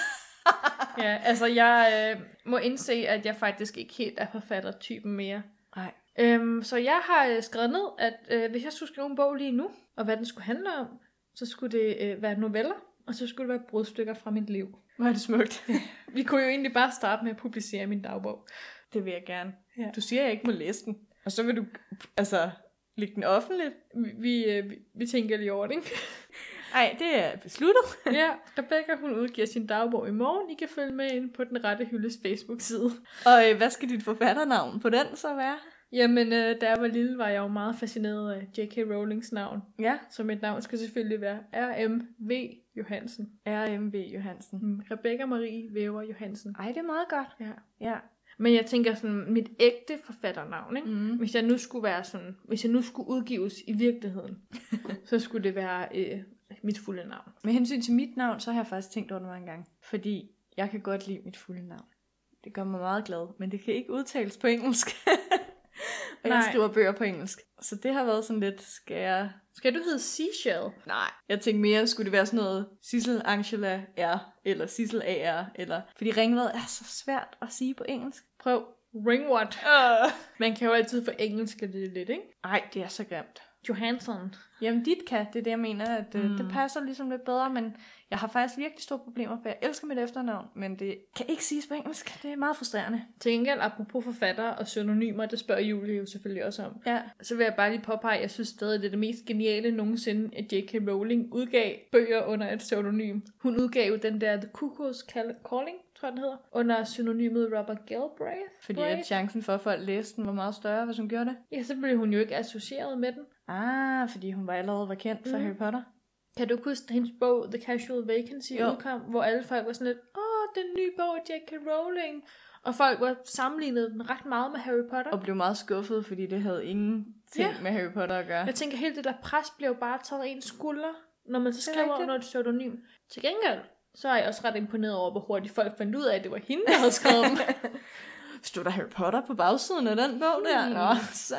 ja, altså jeg øh, må indse, at jeg faktisk ikke helt er forfattertypen mere. Nej. Øhm, så jeg har øh, skrevet ned, at øh, hvis jeg skulle skrive en bog lige nu, og hvad den skulle handle om, så skulle det øh, være noveller, og så skulle det være brudstykker fra mit liv. Hvor er det smukt. Vi kunne jo egentlig bare starte med at publicere min dagbog. det vil jeg gerne. Ja. Du siger, at jeg ikke må læse den. Og så vil du, altså, lægge den offentligt. Vi, vi, øh, vi- vi tænker lige over det, ikke? Nej, det er besluttet. ja, Rebecca, hun udgiver sin dagbog i morgen. I kan følge med ind på Den Rette Hyldes Facebook-side. Og øh, hvad skal dit forfatternavn på den så være? Jamen, øh, da jeg var lille, var jeg jo meget fascineret af J.K. Rowlings navn. Ja, Så mit navn skal selvfølgelig være R.M.V. Johansen. R.M.V. Johansen. Mm, Rebecca Marie Væver Johansen. Ej, det er meget godt. Ja. Ja. Men jeg tænker sådan, mit ægte forfatternavn, ikke? Mm. Hvis jeg nu skulle være sådan, hvis jeg nu skulle udgives i virkeligheden, så skulle det være øh, mit fulde navn. Med hensyn til mit navn, så har jeg faktisk tænkt over det mange gange. Fordi jeg kan godt lide mit fulde navn. Det gør mig meget glad, men det kan ikke udtales på engelsk. og jeg Nej. skriver bøger på engelsk. Så det har været sådan lidt, skal jeg... Skal du hedde Seashell? Nej. Jeg tænkte mere, skulle det være sådan noget Sissel Angela R, eller Sissel AR, eller... Fordi ringvad er så svært at sige på engelsk. Prøv. Ringwood. Uh. Man kan jo altid få engelsk det lidt, ikke? Ej, det er så grimt. Johansson. Jamen dit kan, det er det jeg mener, at mm. Mm. det passer ligesom lidt bedre, men jeg har faktisk virkelig store problemer, for jeg elsker mit efternavn, men det kan ikke siges på engelsk, det er meget frustrerende. Til gengæld, apropos forfatter og synonymer, det spørger Julie jo selvfølgelig også om. Ja, Så vil jeg bare lige påpege, at jeg synes stadig, det er det mest geniale nogensinde, at J.K. Rowling udgav bøger under et pseudonym. Hun udgav jo den der The Cuckoo's Call- Calling, tror jeg den hedder, under pseudonymet Robert Galbraith. fordi at chancen for, at folk læste den, var meget større, hvis hun gjorde det. Ja, så blev hun jo ikke associeret med den. Ah, fordi hun var allerede var kendt for Mm. Harry Potter. Kan du ikke huske, da hendes bog The Casual Vacancy Jo. jo. udkom, hvor alle folk var sådan lidt, åh, den nye bog, af J.K. Rowling. Og folk var sammenlignet den ret meget med Harry Potter. Og blev meget skuffet, fordi det havde ingen ting Ja. med Harry Potter at gøre. Jeg tænker, hele det der pres blev jo bare taget af ens skulder, når man så Det er skriver rigtigt. under et pseudonym. Til gengæld, så er jeg også ret imponeret over, hvor hurtigt folk fandt ud af, at det var hende, der havde skrevet dem. Stod der Harry Potter på bagsiden af den bog der? Mm. Nå, så...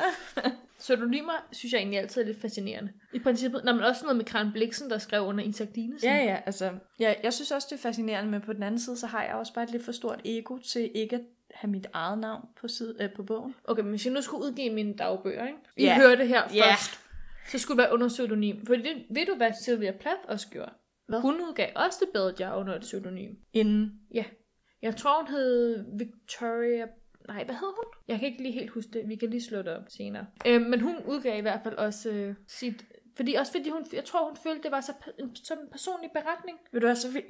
Pseudonymer synes jeg egentlig altid er lidt fascinerende. I princippet, når man også noget med Karen Bliksen, der skrev under Isak Dinesen. Ja, ja, altså... Ja, jeg synes også, det er fascinerende, men på den anden side, så har jeg også bare et lidt for stort ego til ikke at have mit eget navn på, side, øh, på bogen. Okay, men hvis jeg nu skulle udgive mine dagbøger, ikke? I Ja. yeah. hører det her Ja. yeah. først. Så skulle det være under pseudonym. For det, ved du, hvad Sylvia Plath også gjorde? Hvad? Hun udgav også det bedre, jeg under et pseudonym. Inden. Ja. Jeg tror, hun hed Victoria... Nej, hvad hed hun? Jeg kan ikke lige helt huske det. Vi kan lige slå det op senere. Øh, men hun udgav i hvert fald også øh, sit... Fordi også fordi hun... Jeg tror, hun følte, det var så pe- en, som en personlig beretning. Ved du altså,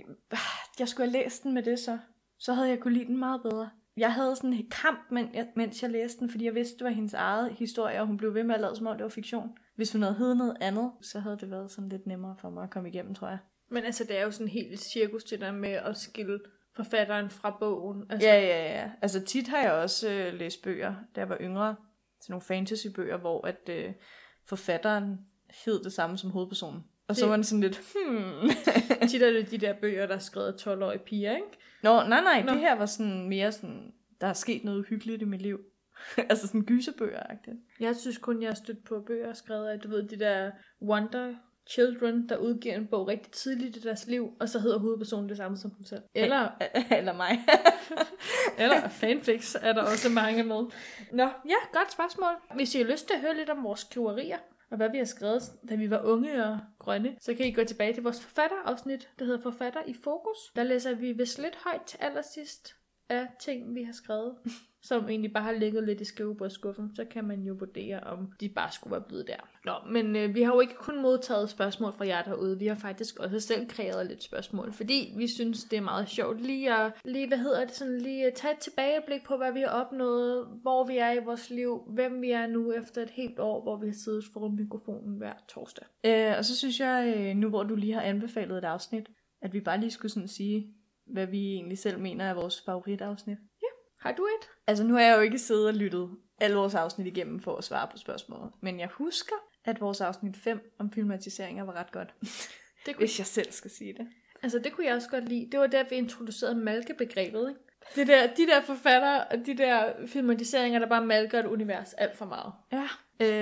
jeg skulle have læst den med det så. Så havde jeg kunne lide den meget bedre. Jeg havde sådan en kamp, men jeg, mens jeg læste den, fordi jeg vidste, det var hendes eget historie, og hun blev ved med at lade, som om det var fiktion. Hvis hun havde heddet noget andet, så havde det været sådan lidt nemmere for mig at komme igennem, tror jeg. Men altså, det er jo sådan helt et cirkus, det der med at skille forfatteren fra bogen. Altså, Ja, ja, ja. Altså tit har jeg også øh, læst bøger, da jeg var yngre. Sådan nogle fantasybøger, hvor at øh, forfatteren hed det samme som hovedpersonen. Og så Det- var den sådan lidt, hmm. Tit er det de der bøger, der er skrevet af 12-årige piger, ikke? Nå, nej, nej, Nå. Nå. det her var sådan mere sådan, der er sket noget hyggeligt i mit liv. altså sådan gyserbøger-agtigt. Jeg synes kun, jeg har stødt på bøger skrevet af, du ved, de der Wonder Children, der udgiver en bog rigtig tidligt i deres liv, og så hedder hovedpersonen det samme som dem selv. Eller, Eller mig. eller fanfics er der også mange med. Nå, ja, godt spørgsmål. Hvis I har lyst til at høre lidt om vores skriverier, og hvad vi har skrevet, da vi var unge og grønne, så kan I gå tilbage til vores forfatterafsnit, der hedder Forfatter i Fokus. Der læser vi vist lidt højt til allersidst af ting, vi har skrevet, som egentlig bare har ligget lidt i skrivebordskuffen. Så kan man jo vurdere, om de bare skulle være blevet der. Nå, men øh, vi har jo ikke kun modtaget spørgsmål fra jer derude. Vi har faktisk også selv kreeret lidt spørgsmål, fordi vi synes, det er meget sjovt lige at lige, hvad hedder det, sådan lige at tage et tilbageblik på, hvad vi har opnået, hvor vi er i vores liv, hvem vi er nu efter et helt år, hvor vi har siddet foran mikrofonen hver torsdag. øh, og så synes jeg, øh, nu hvor du lige har anbefalet et afsnit, at vi bare lige skulle sådan sige, hvad vi egentlig selv mener er vores favoritafsnit. Har du et? Altså nu har jeg jo ikke siddet og lyttet alle vores afsnit igennem for at svare på spørgsmålet, men jeg husker, at vores afsnit 5 om filmatiseringer var ret godt. Det kunne, Hvis jeg selv skal sige det. altså, det kunne jeg også godt lide. Det var der, vi introducerede malkebegrebet, ikke? Det der, de der forfattere og de der filmatiseringer, der bare malker et univers alt for meget. Ja.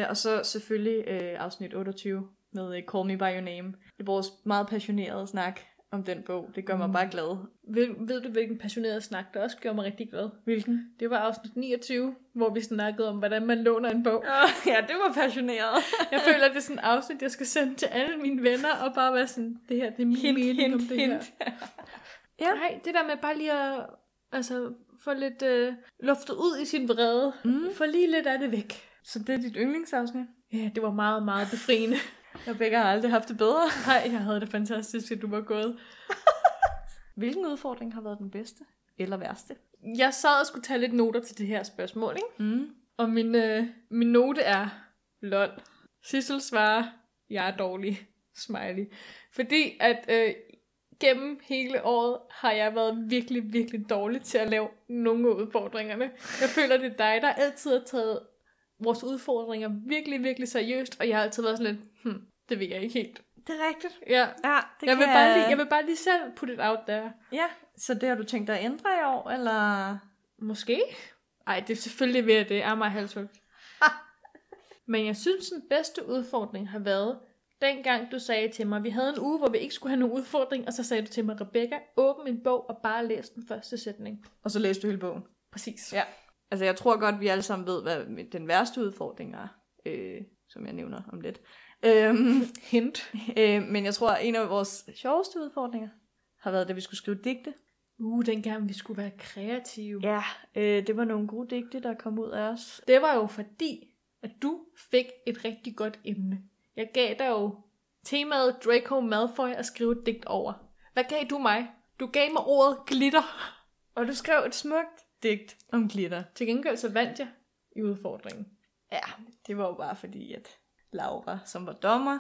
Øh, og så selvfølgelig øh, afsnit 28 med øh, Call Me By Your Name. Det er vores meget passionerede snak om den bog. Det gør mig Mm. bare glad. Ved, ved du, hvilken passioneret snak, der også gjorde mig rigtig glad? Hvilken? Det var afsnit 29, hvor vi snakkede om, hvordan man låner en bog. ja, det var passioneret. Jeg føler, at det er sådan et afsnit, jeg skal sende til alle mine venner, og bare være sådan, det her, det er min Hint, mening om hint, det hint. her. Ja. ja. Nej, det der med bare lige at altså, få lidt øh, luftet ud i sin vrede. Mm. Få lige lidt af det væk. Så det er dit yndlingsafsnit? Ja, det var meget, meget befriende. Jeg begge har aldrig haft det bedre. Nej, jeg havde det fantastisk, at du var gået. Hvilken udfordring har været den bedste? Eller værste? Jeg sad og skulle tage lidt noter til det her spørgsmål, ikke? Mm. Og min, øh, min note er, lol. Sissel svarer, jeg er dårlig, smiley. Fordi at øh, gennem hele året har jeg været virkelig, virkelig dårlig til at lave nogle af udfordringerne. Jeg føler, det er dig, der altid har taget vores udfordringer virkelig, virkelig seriøst, og jeg har altid været sådan lidt, hmm, Det ved jeg ikke helt. Det er rigtigt. Ja. Ja, det Jeg vil, bare lige, jeg vil bare lige selv putte it out der. Ja, så det har du tænkt dig at ændre i år, eller? Måske? Ej, det er selvfølgelig ved, at det er mig halshugget. Men jeg synes, den bedste udfordring har været, dengang du sagde til mig, vi havde en uge, hvor vi ikke skulle have nogen udfordring, og så sagde du til mig, Rebecca, åbn en bog og bare læs den første sætning. Og så læste du hele bogen. Præcis. Ja. Altså, jeg tror godt, vi alle sammen ved, hvad den værste udfordring er, øh, som jeg nævner om lidt. Øhm, Hint. øh, men jeg tror, at en af vores sjoveste udfordringer har været, da vi skulle skrive digte. Uh, dengang vi skulle være kreative. Ja, øh, det var nogle gode digte, der kom ud af os. Det var jo fordi, at du fik et rigtig godt emne. Jeg gav dig jo temaet Draco Malfoy at skrive et digt over. Hvad gav du mig? Du gav mig ordet glitter. Og du skrev et smukt digt om glitter. Til gengæld så vandt jeg i udfordringen. Ja, det var jo bare fordi, at Laura, som var dommer,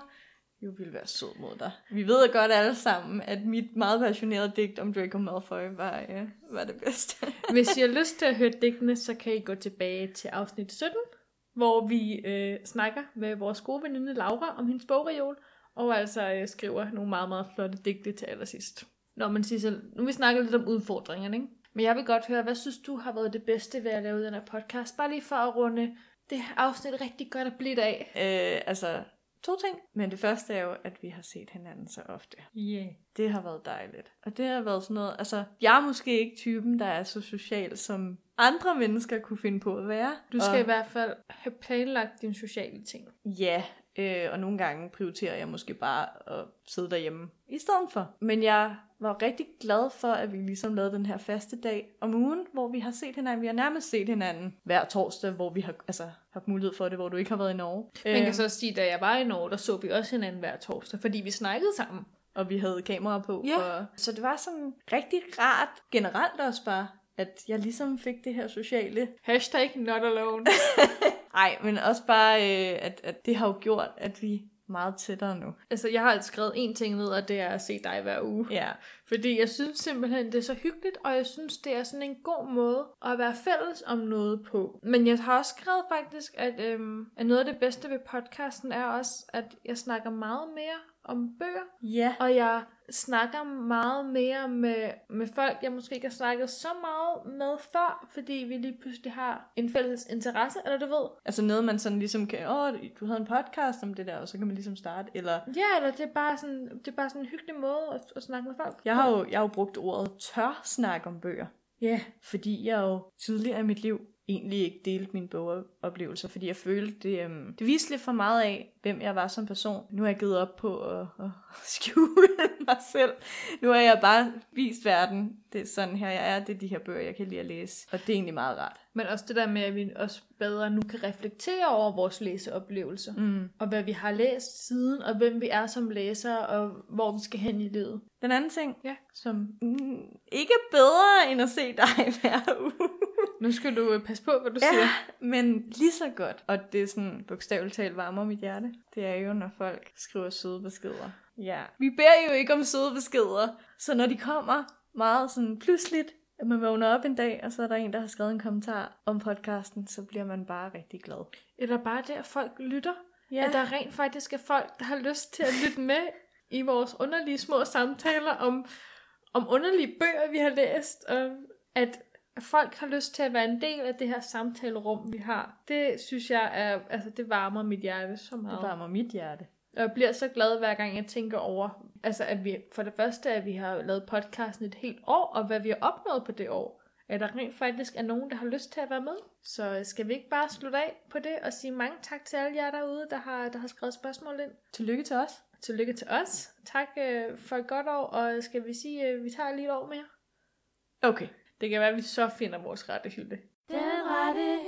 jo ville være sød mod dig. Vi ved godt alle sammen, at mit meget passionerede digt om Draco Malfoy var, øh, var det bedste. Hvis I har lyst til at høre digtene, så kan I gå tilbage til afsnit 17, hvor vi øh, snakker med vores gode veninde Laura om hendes bogreol, og altså øh, skriver nogle meget, meget flotte digte til allersidst. Nå, men Sissel, nu har vi snakker lidt om udfordringerne, ikke? Men jeg vil godt høre, hvad synes du har været det bedste ved at lave den her podcast? Bare lige for at runde det her afsnit rigtig godt og blidt af. øh, altså, to ting. Men det første er jo, at vi har set hinanden så ofte. Ja. Yeah. Det har været dejligt. Og det har været sådan noget, altså, jeg er måske ikke typen, der er så social, som andre mennesker kunne finde på at være. Du skal og, i hvert fald have planlagt dine sociale ting. Ja, øh, og nogle gange prioriterer jeg måske bare at sidde derhjemme i stedet for. Men jeg var rigtig glad for, at vi ligesom lavede den her faste dag om ugen, hvor vi har set hinanden. Vi har nærmest set hinanden hver torsdag, hvor vi har altså, haft mulighed for det, hvor du ikke har været i Norge. Man Øh, kan så også sige, da jeg var i Norge, der så vi også hinanden hver torsdag, fordi vi snakkede sammen. og vi havde kameraer på. Ja. Og, så det var sådan rigtig rart generelt også bare, at jeg ligesom fik det her sociale. Hashtag not alone. Ej, men også bare, øh, at, at det har jo gjort, at vi er meget tættere nu. altså, jeg har altså skrevet en ting ned, og det er at se dig hver uge. Ja, Fordi jeg synes simpelthen, det er så hyggeligt, og jeg synes, det er sådan en god måde at være fælles om noget på. Men jeg har også skrevet faktisk, at, øhm, at noget af det bedste ved podcasten er også, at jeg snakker meget mere om bøger, ja. og jeg snakker meget mere med, med folk, jeg måske ikke har snakket så meget med før, fordi vi lige pludselig har en fælles interesse, eller du ved, Altså noget, man sådan ligesom kan, åh, du havde en podcast om det der, og så kan man ligesom starte. Eller, Ja, eller det er bare sådan, det er bare sådan en hyggelig måde at, at snakke med folk. jeg har jo, jeg har jo brugt ordet tør snak om bøger, Ja. fordi jeg jo tidligere i mit liv egentlig ikke delte mine bogoplevelser, fordi jeg følte, det, øhm, det viste lidt for meget af, hvem jeg var som person. Nu har jeg givet op på at, at skjule mig selv. Nu har jeg bare vist verden, det er sådan her, jeg er, det er de her bøger, jeg kan lide at læse, og det er egentlig meget rart. Men også det der med, at vi også bedre nu kan reflektere over vores læseoplevelser. Mm. Mm. Og hvad vi har læst siden, og hvem vi er som læsere, og hvor vi skal hen i livet. Den anden ting, Ja. som mm, ikke er bedre end at se dig hver uge, Nu skal du øh, passe på, hvad du ja. Ja, siger. men lige så godt. Og det er sådan bogstaveligt talt varmer mit hjerte. Det er jo, når folk skriver søde beskeder. Ja. Vi beder jo ikke om søde beskeder. Så når de kommer meget sådan pludseligt, at man vågner op en dag, og så er der en, der har skrevet en kommentar om podcasten, så bliver man bare rigtig glad. Eller bare det, at folk lytter. Ja. Ja, At der rent faktisk er folk, der har lyst til at lytte med i vores underlige små samtaler om, om underlige bøger, vi har læst. Og at folk har lyst til at være en del af det her samtalerum, vi har. Det synes jeg er, altså det varmer mit hjerte så meget. det varmer mit hjerte. Og jeg bliver så glad, hver gang jeg tænker over, altså at vi, for det første, at vi har lavet podcasten et helt år, og hvad vi har opnået på det år. At der rent faktisk er nogen, der har lyst til at være med. Så øh, skal vi ikke bare slutte af på det og sige mange tak til alle jer derude, der har, der har skrevet spørgsmål ind. Tillykke til os. Tillykke til os. Tak øh, for et godt år, og skal vi sige, at øh, vi tager lige et år mere? Okay. Det kan være, at vi så finder vores rette hylde. Den rette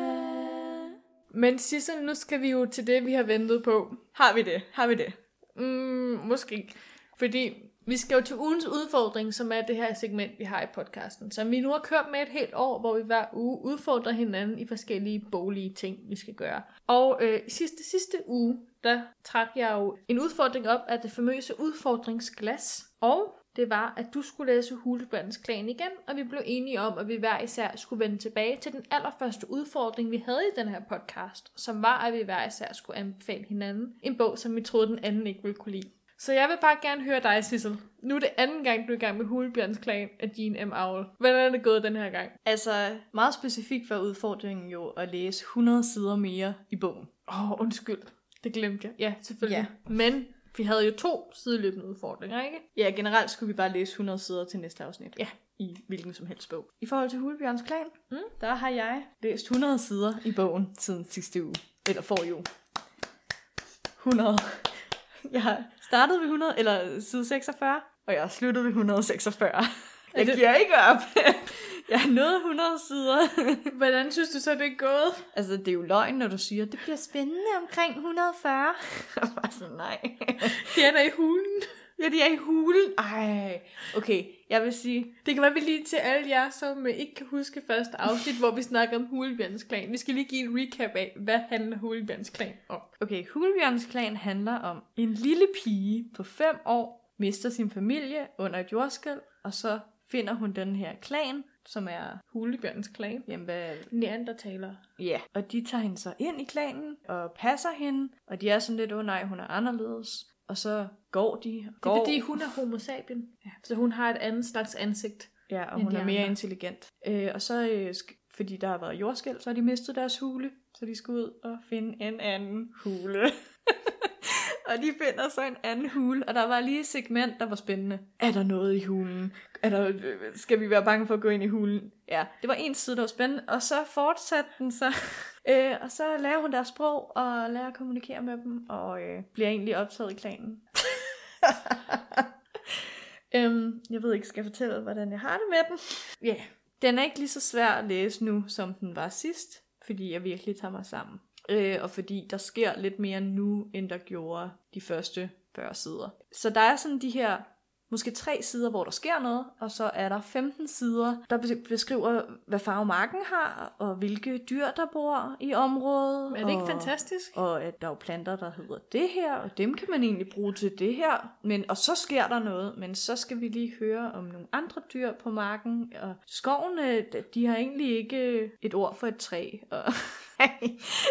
hylde. Men Sissel, nu skal vi jo til det, vi har ventet på. Har vi det? Har vi det? Mm, måske. Fordi vi skal jo til ugens udfordring, som er det her segment, vi har i podcasten. Som vi nu har kørt med et helt år, hvor vi hver uge udfordrer hinanden i forskellige boglige ting, vi skal gøre. Og øh, sidste, sidste uge, der trak jeg jo en udfordring op af det famøse udfordringsglas. Og det var, at du skulle læse Hulebandens Klan igen, og vi blev enige om, at vi hver især skulle vende tilbage til den allerførste udfordring, vi havde i den her podcast, som var, at vi hver især skulle anbefale hinanden en bog, som vi troede, den anden ikke ville kunne lide. Så jeg vil bare gerne høre dig, Sissel. Nu er det anden gang, du er i gang med Hulebjørns Klan af Jean M. Aul. Hvordan er det gået den her gang? Altså, meget specifikt var udfordringen jo at læse 100 sider mere i bogen. Åh, oh, undskyld. Det glemte jeg. Ja, selvfølgelig. Ja. Ja. Men vi havde jo to sideløbende udfordringer, ikke? Ja, generelt skulle vi bare læse 100 sider til næste afsnit. Ja. I hvilken som helst bog. I forhold til Hulebjørns Klan, Mm. der har jeg læst 100 sider i bogen siden sidste uge. Eller for jo. 100. Jeg har startet ved 100, eller side 46, og jeg har sluttet ved 146. Jeg det- giver ikke op. Jeg har nået 100 sider. Hvordan synes du så, det er gået? Altså, det er jo løgn, når du siger, det bliver spændende omkring 140. Jeg var bare sådan, nej. Diana er i hulen. ja, de er i hulen. Ej, okay, jeg vil sige, Det kan være, vi lige til alle jer, som øh, ikke kan huske første afsnit, hvor vi snakker om Hulebjørns Klan. Vi skal lige give en recap af, hvad handler Hulebjørns Klan om. okay, Hulbjørns klan handler om en lille pige på 5 år, mister sin familie under et jordskæl, og så finder hun den her klan, som er, Hulebjørns Klan. jamen hvad, Neandertalere. Ja, og de tager hende så ind i klanen og passer hende, og de er sådan lidt, åh oh, nej, hun er anderledes. Og så går de. Det Går, er fordi, hun er homo sapien. Ja. Så hun har et andet slags ansigt. Ja, og end hun de er mere andre. intelligent. Øh, og så, øh, sk- fordi der har været jordskæld, så har de mistet deres hule, så de skal ud og finde en anden hule. og de finder så en anden hule, og der var lige et segment, der var spændende. Er der noget i hulen? Er der, øh, skal vi være bange for at gå ind i hulen? Ja, det var en side, der var spændende, og så fortsatte den så. øh, og så lærer hun deres sprog, og lærer at kommunikere med dem, og øh, bliver egentlig optaget i klanen. Øhm, jeg ved ikke, skal jeg fortælle, hvordan jeg har det med den? Ja. Yeah. Den er ikke lige så svær at læse nu, som den var sidst, fordi jeg virkelig tager mig sammen. Øh, og fordi der sker lidt mere nu, end der gjorde de første 40 sider. Så der er sådan de her, måske tre sider, hvor der sker noget, og så er der 15 sider, der be- beskriver, hvad farve marken har, og hvilke dyr, der bor i området. Er det ikke og- fantastisk? og at der er jo planter, der hedder det her, og dem kan man egentlig bruge til det her. Men, og så sker der noget, men så skal vi lige høre om nogle andre dyr på marken. Og skovene, d- de har egentlig ikke et ord for et træ. Og Ej,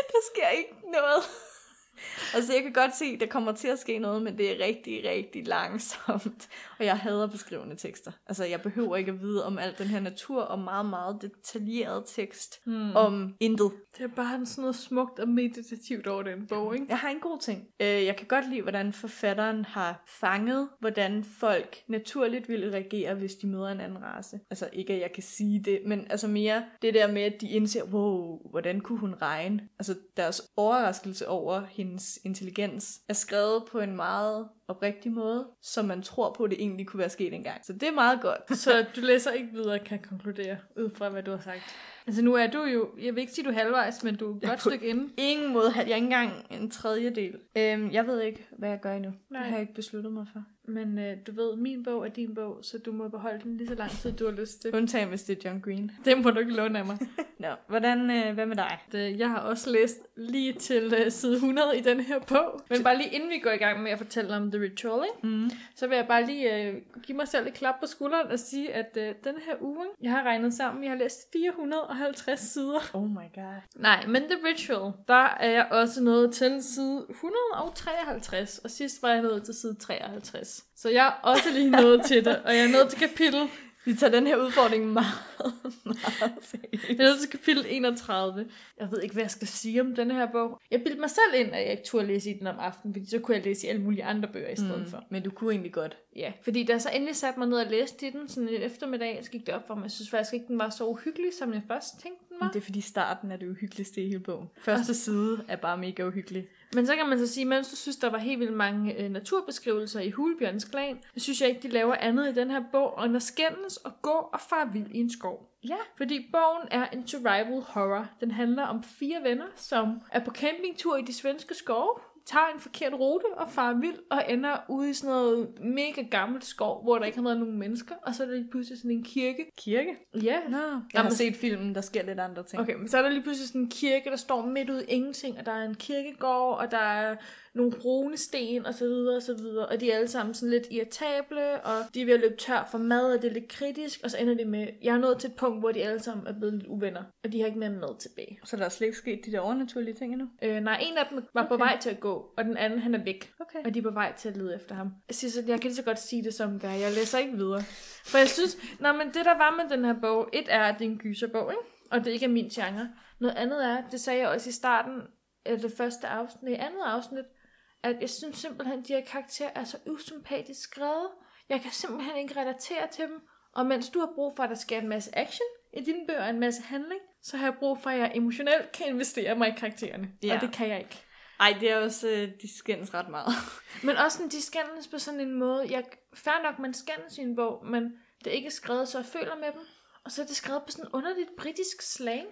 der sker ikke noget. Altså, jeg kan godt se, at der kommer til at ske noget, men det er rigtig, rigtig langsomt. Og jeg hader beskrivende tekster. Altså, jeg behøver ikke at vide om al den her natur og meget, meget detaljeret tekst Hmm. Og om intet. det er bare sådan noget smukt og meditativt over den bog, ikke? Jeg har en god ting. Øh, jeg kan godt lide, hvordan forfatteren har fanget, hvordan folk naturligt ville reagere, hvis de møder en anden race. Altså ikke, at jeg kan sige det, men altså mere det der med, at de indser, wow, hvordan kunne hun regne? Altså deres overraskelse over hendes intelligens er skrevet på en meget oprigtig måde, som man tror på, det egentlig kunne være sket engang. Så det er meget godt. Så du læser ikke videre, kan jeg konkludere, ud fra hvad du har sagt. Altså nu er du jo, jeg vil ikke sige, du er halvvejs, men du er et godt på- stykke inde. Ingen måde havde jeg ikke engang en tredjedel. Øhm, jeg ved ikke, hvad jeg gør endnu. Nej. Nej. Det har jeg ikke besluttet mig for. Men øh, du ved, min bog er din bog, så du må beholde den lige så lang tid, du har lyst til. Undtagen, hvis det er John Green. Den må du ikke låne af mig. Nå, hvordan, øh, hvad med dig? At, øh, Jeg har også læst lige til øh, side 100 i den her bog. Men bare lige inden vi går i gang med at fortælle om The Ritual, ikke? Mm. så vil jeg bare lige øh, give mig selv et klap på skulderen og sige, at øh, den her uge, ikke? jeg har regnet sammen, jeg har læst 450 sider. Oh my god. Nej, men The Ritual, der er jeg også nået til side 153, og sidst var jeg nået til side 53. Så jeg er også lige nået til det, og jeg er nået til kapitel Vi tager den her udfordring meget, meget seriøst. Det er til kapitel 31. Jeg ved ikke, hvad jeg skal sige om den her bog. Jeg bildte mig selv ind, at jeg ikke turde læse i den om aftenen, fordi så kunne jeg læse i alle mulige andre bøger i stedet mm. for. Men du kunne egentlig godt. Ja, fordi da jeg så endelig satte mig ned og læste i den sådan en eftermiddag, så gik det op for mig. Jeg synes faktisk ikke, den var så uhyggelig, som jeg først tænkte den var. Det er fordi starten er det uhyggeligste i hele bogen. Første side er bare mega uhyggelig. Men så kan man så sige, mens du synes, der var helt vildt mange øh, naturbeskrivelser i Hulbjørns Klan, så synes jeg ikke, de laver andet i den her bog, end at skændes og gå og far vild i en skov. Ja. Fordi bogen er en survival horror. Den handler om fire venner, som er på campingtur i de svenske skove. tager en forkert rute og farer vild og ender ude i sådan noget mega gammelt skov, hvor der ikke har været nogen mennesker, og så er der lige pludselig sådan en kirke. Kirke? Ja. Nå, jeg har Jamen- set filmen, der sker lidt andre ting. Okay, men så er der lige pludselig sådan en kirke, der står midt ude i ingenting, og der er en kirkegård, og der er nogle brune sten, og så videre, og så videre, og de er alle sammen sådan lidt irritable, og de er ved at løbe tør for mad, og det er lidt kritisk, og så ender det med, jeg er nået til et punkt, hvor de alle sammen er blevet lidt uvenner, og de har ikke mere mad tilbage. Så der er slet ikke sket de der overnaturlige ting endnu? Øh, nej, en af dem var okay. på Okay. vej til at gå, og den anden, han er væk. Okay. Og de er på vej til at lede efter ham. Jeg siger sådan, jeg kan lige så godt sige det, som gør. Jeg læser ikke videre. For jeg synes, nå, men det der var med den her bog, et er, at det er en gyserbog, ikke? og det ikke er min genre. Noget andet er, det sagde jeg også i starten, af det første afsnit, i andet afsnit, at jeg synes simpelthen, at de her karakterer er så usympatisk skrevet. Jeg kan simpelthen ikke relatere til dem. Og mens du har brug for, at der sker en masse action i dine bøger, en masse handling, så har jeg brug for, at jeg emotionelt kan investere mig i karaktererne. Ja. Ja. Og det kan jeg ikke. Ej, det er også, øh, de skændes ret meget. Men også sådan, de skændes på sådan en måde. Jeg, fair nok, man skændes i en bog, men det er ikke skrevet, så jeg føler med dem. Og så er det skrevet på sådan en underligt britisk slang.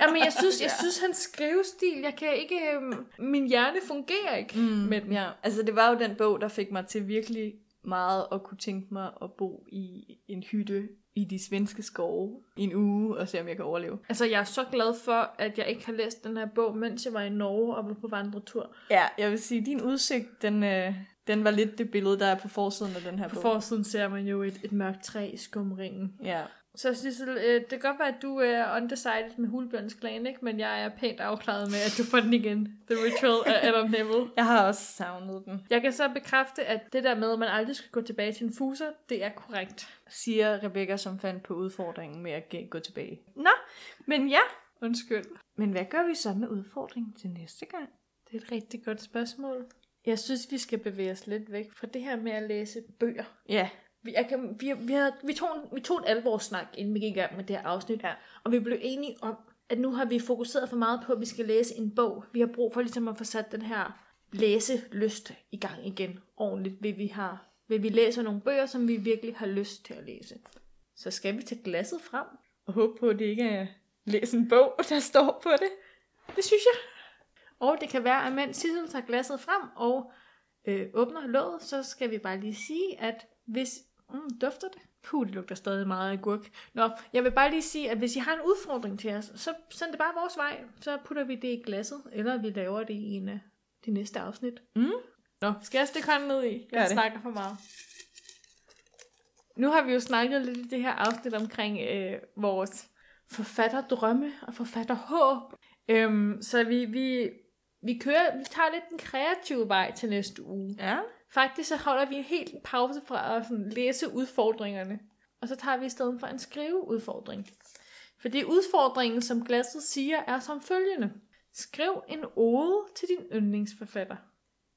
Jamen, jeg synes, jeg synes hans skrivestil, jeg kan ikke, øhm, min hjerne fungerer ikke mm, med den. Ja, altså det var jo den bog, der fik mig til virkelig meget at kunne tænke mig at bo i en hytte i de svenske skove i en uge og se, om jeg kan overleve. Altså, jeg er så glad for, at jeg ikke har læst den her bog, mens jeg var i Norge og var på vandretur. Ja, jeg vil sige, din udsigt, den, øh, den var lidt det billede, der er på forsiden af den her På bog. forsiden ser man jo et, et mørkt træ i skumringen. Ja. Så Sissel, øh, det kan godt være, at du er undecided med Hulbjørns Klan, ikke? men jeg er pænt afklaret med, at du får den igen. The Ritual af Adam Neville. Jeg har også savnet den, Jeg kan så bekræfte, at det der med, at man aldrig skal gå tilbage til en fuser, det er korrekt. siger Rebecca, som fandt på udfordringen med at ge- gå tilbage. Nå, men ja. Undskyld. Men hvad gør vi så med udfordringen til næste gang? Det er et rigtig godt spørgsmål. Jeg synes, vi skal bevæge os lidt væk fra det her med at læse bøger. Ja, Vi, jeg kan, vi, vi, havde, vi, tog, en- vi tog en alvorssnak, inden vi gik i gang med det her afsnit. Ja. Og vi blev enige om, at nu har vi fokuseret for meget på, at vi skal læse en bog. Vi har brug for ligesom at få sat den her læselyst i gang igen ordentligt, ved vi, har, ved vi læser nogle bøger, som vi virkelig har lyst til at læse. Så skal vi tage glasset frem. og håbe på, at det ikke er læs en bog, der står på det. Det synes jeg. Og det kan være, at mens Sissel tager glasset frem og øh, åbner låget, så skal vi bare lige sige, at hvis... Mm, dufter det? Puh, det lugter stadig meget af gurk. Nå, jeg vil bare lige sige, at hvis I har en udfordring til os, så send det bare vores vej. Så putter vi det i glasset, eller vi laver det i en af de næste afsnit. Mm. Nå, skal jeg stikke hånden ned i? Gør Jeg det. snakker for meget. Nu har vi jo snakket lidt i det her afsnit omkring øh, vores forfatterdrømme og forfatterhåb. Øhm, så vi, vi, vi kører, vi tager lidt den kreative vej til næste uge. Ja. Faktisk så holder vi helt en pause fra at sådan læse udfordringerne. Og så tager vi i stedet for en skriveudfordring. Fordi udfordringen, som glasset siger, er som følgende. Skriv en ode til din yndlingsforfatter.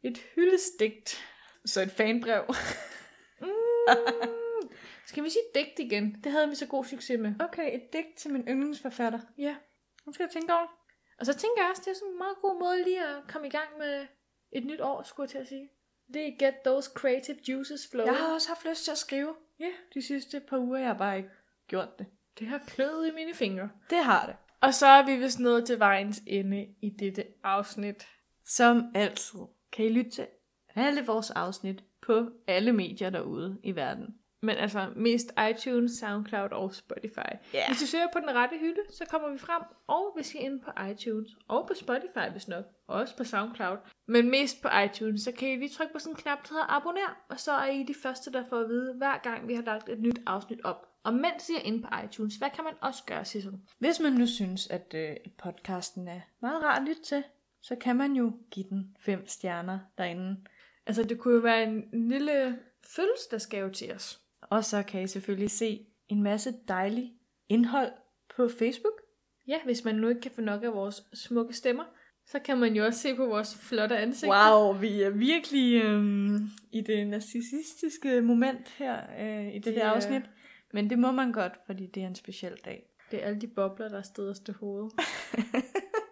Et hyldestigt. Så et fanbrev. Mm. Skal vi sige digt igen? Det havde vi så god succes med. Okay, et digt til min yndlingsforfatter. Ja. Nu skal jeg tænke over. Og så tænker jeg også, det er sådan en meget god måde lige at komme i gang med et nyt år, skulle jeg til at sige. Det er get those creative juices flowing. Jeg har også haft lyst til at skrive. Ja, de sidste par uger, jeg har bare ikke gjort det. Det har kløet i mine fingre. Det har det. Og så er vi vist nået til vejens ende i dette afsnit. Som altid kan I lytte til alle vores afsnit på alle medier derude i verden. Men altså mest iTunes, Soundcloud og Spotify. Ja. Hvis I søger på den rette hylde, så kommer vi frem. Og hvis I er inde på iTunes og på Spotify, hvis nok. Og også på Soundcloud. Men mest på iTunes, så kan I lige trykke på sådan en knap, der hedder abonner. Og så er I de første, der får at vide, hver gang vi har lagt et nyt afsnit op. Og mens I er inde på iTunes, hvad kan man også gøre, Sissel? Hvis man nu synes, at øh, podcasten er meget rar at lytte til, så kan man jo give den fem stjerner derinde. Altså, det kunne jo være en, en lille fødselsdagsgave til os. Og så kan I selvfølgelig se en masse dejlig indhold på Facebook. Ja, hvis man nu ikke kan få nok af vores smukke stemmer, så kan man jo også se på vores flotte ansigter. Wow, vi er virkelig øhm, i det narcissistiske moment her øh, i det, Det her er- afsnit. Men det må man godt, fordi det er en speciel dag. Det er alle de bobler, der er stederst til hovedet.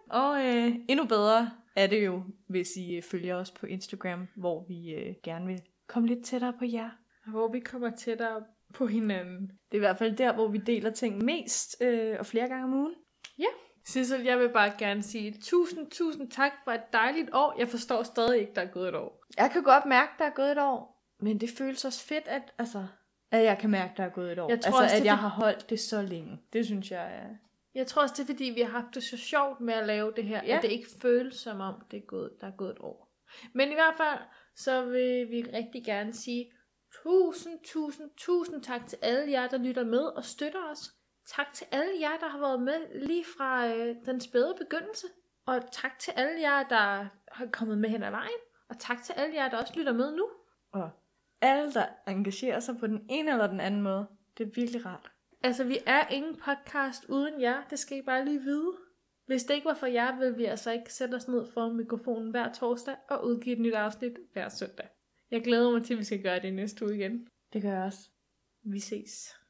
Og øh, endnu bedre er det jo, hvis I øh, følger os på Instagram, hvor vi øh, gerne vil komme lidt tættere på jer. Og Hvor vi kommer tættere på hinanden. Det er i hvert fald der, hvor vi deler ting mest øh, og flere gange om ugen. Ja. Sissel, jeg vil bare gerne sige tusind, tusind tak for et dejligt år. Jeg forstår stadig ikke, der er gået et år. Jeg kan godt mærke, der er gået et år, men det føles også fedt, at, altså, at jeg kan mærke, der er gået et år. Jeg tror altså, også, det at er jeg for- har holdt det så længe. Det synes jeg er... Jeg tror også, det er fordi, vi har haft det så sjovt med at lave det her, ja. Ja. at det ikke føles som om, det er gået, der er gået et år. Men i hvert fald, så vil vi rigtig gerne sige tusind, tusind, tusind tak til alle jer, der lytter med og støtter os. Tak til alle jer, der har været med lige fra øh, den spæde begyndelse. Og tak til alle jer, der har kommet med hen ad vejen. Og tak til alle jer, der også lytter med nu. Og alle, der engagerer sig på den ene eller den anden måde, det er virkelig rart. Altså, vi er ingen podcast uden jer. Det skal I bare lige vide. Hvis det ikke var for jer, ville vi altså ikke sætte os ned foran mikrofonen hver torsdag og udgive et nyt afsnit hver søndag. Jeg glæder mig til, at vi skal gøre det i næste uge igen. Det gør jeg også. Vi ses.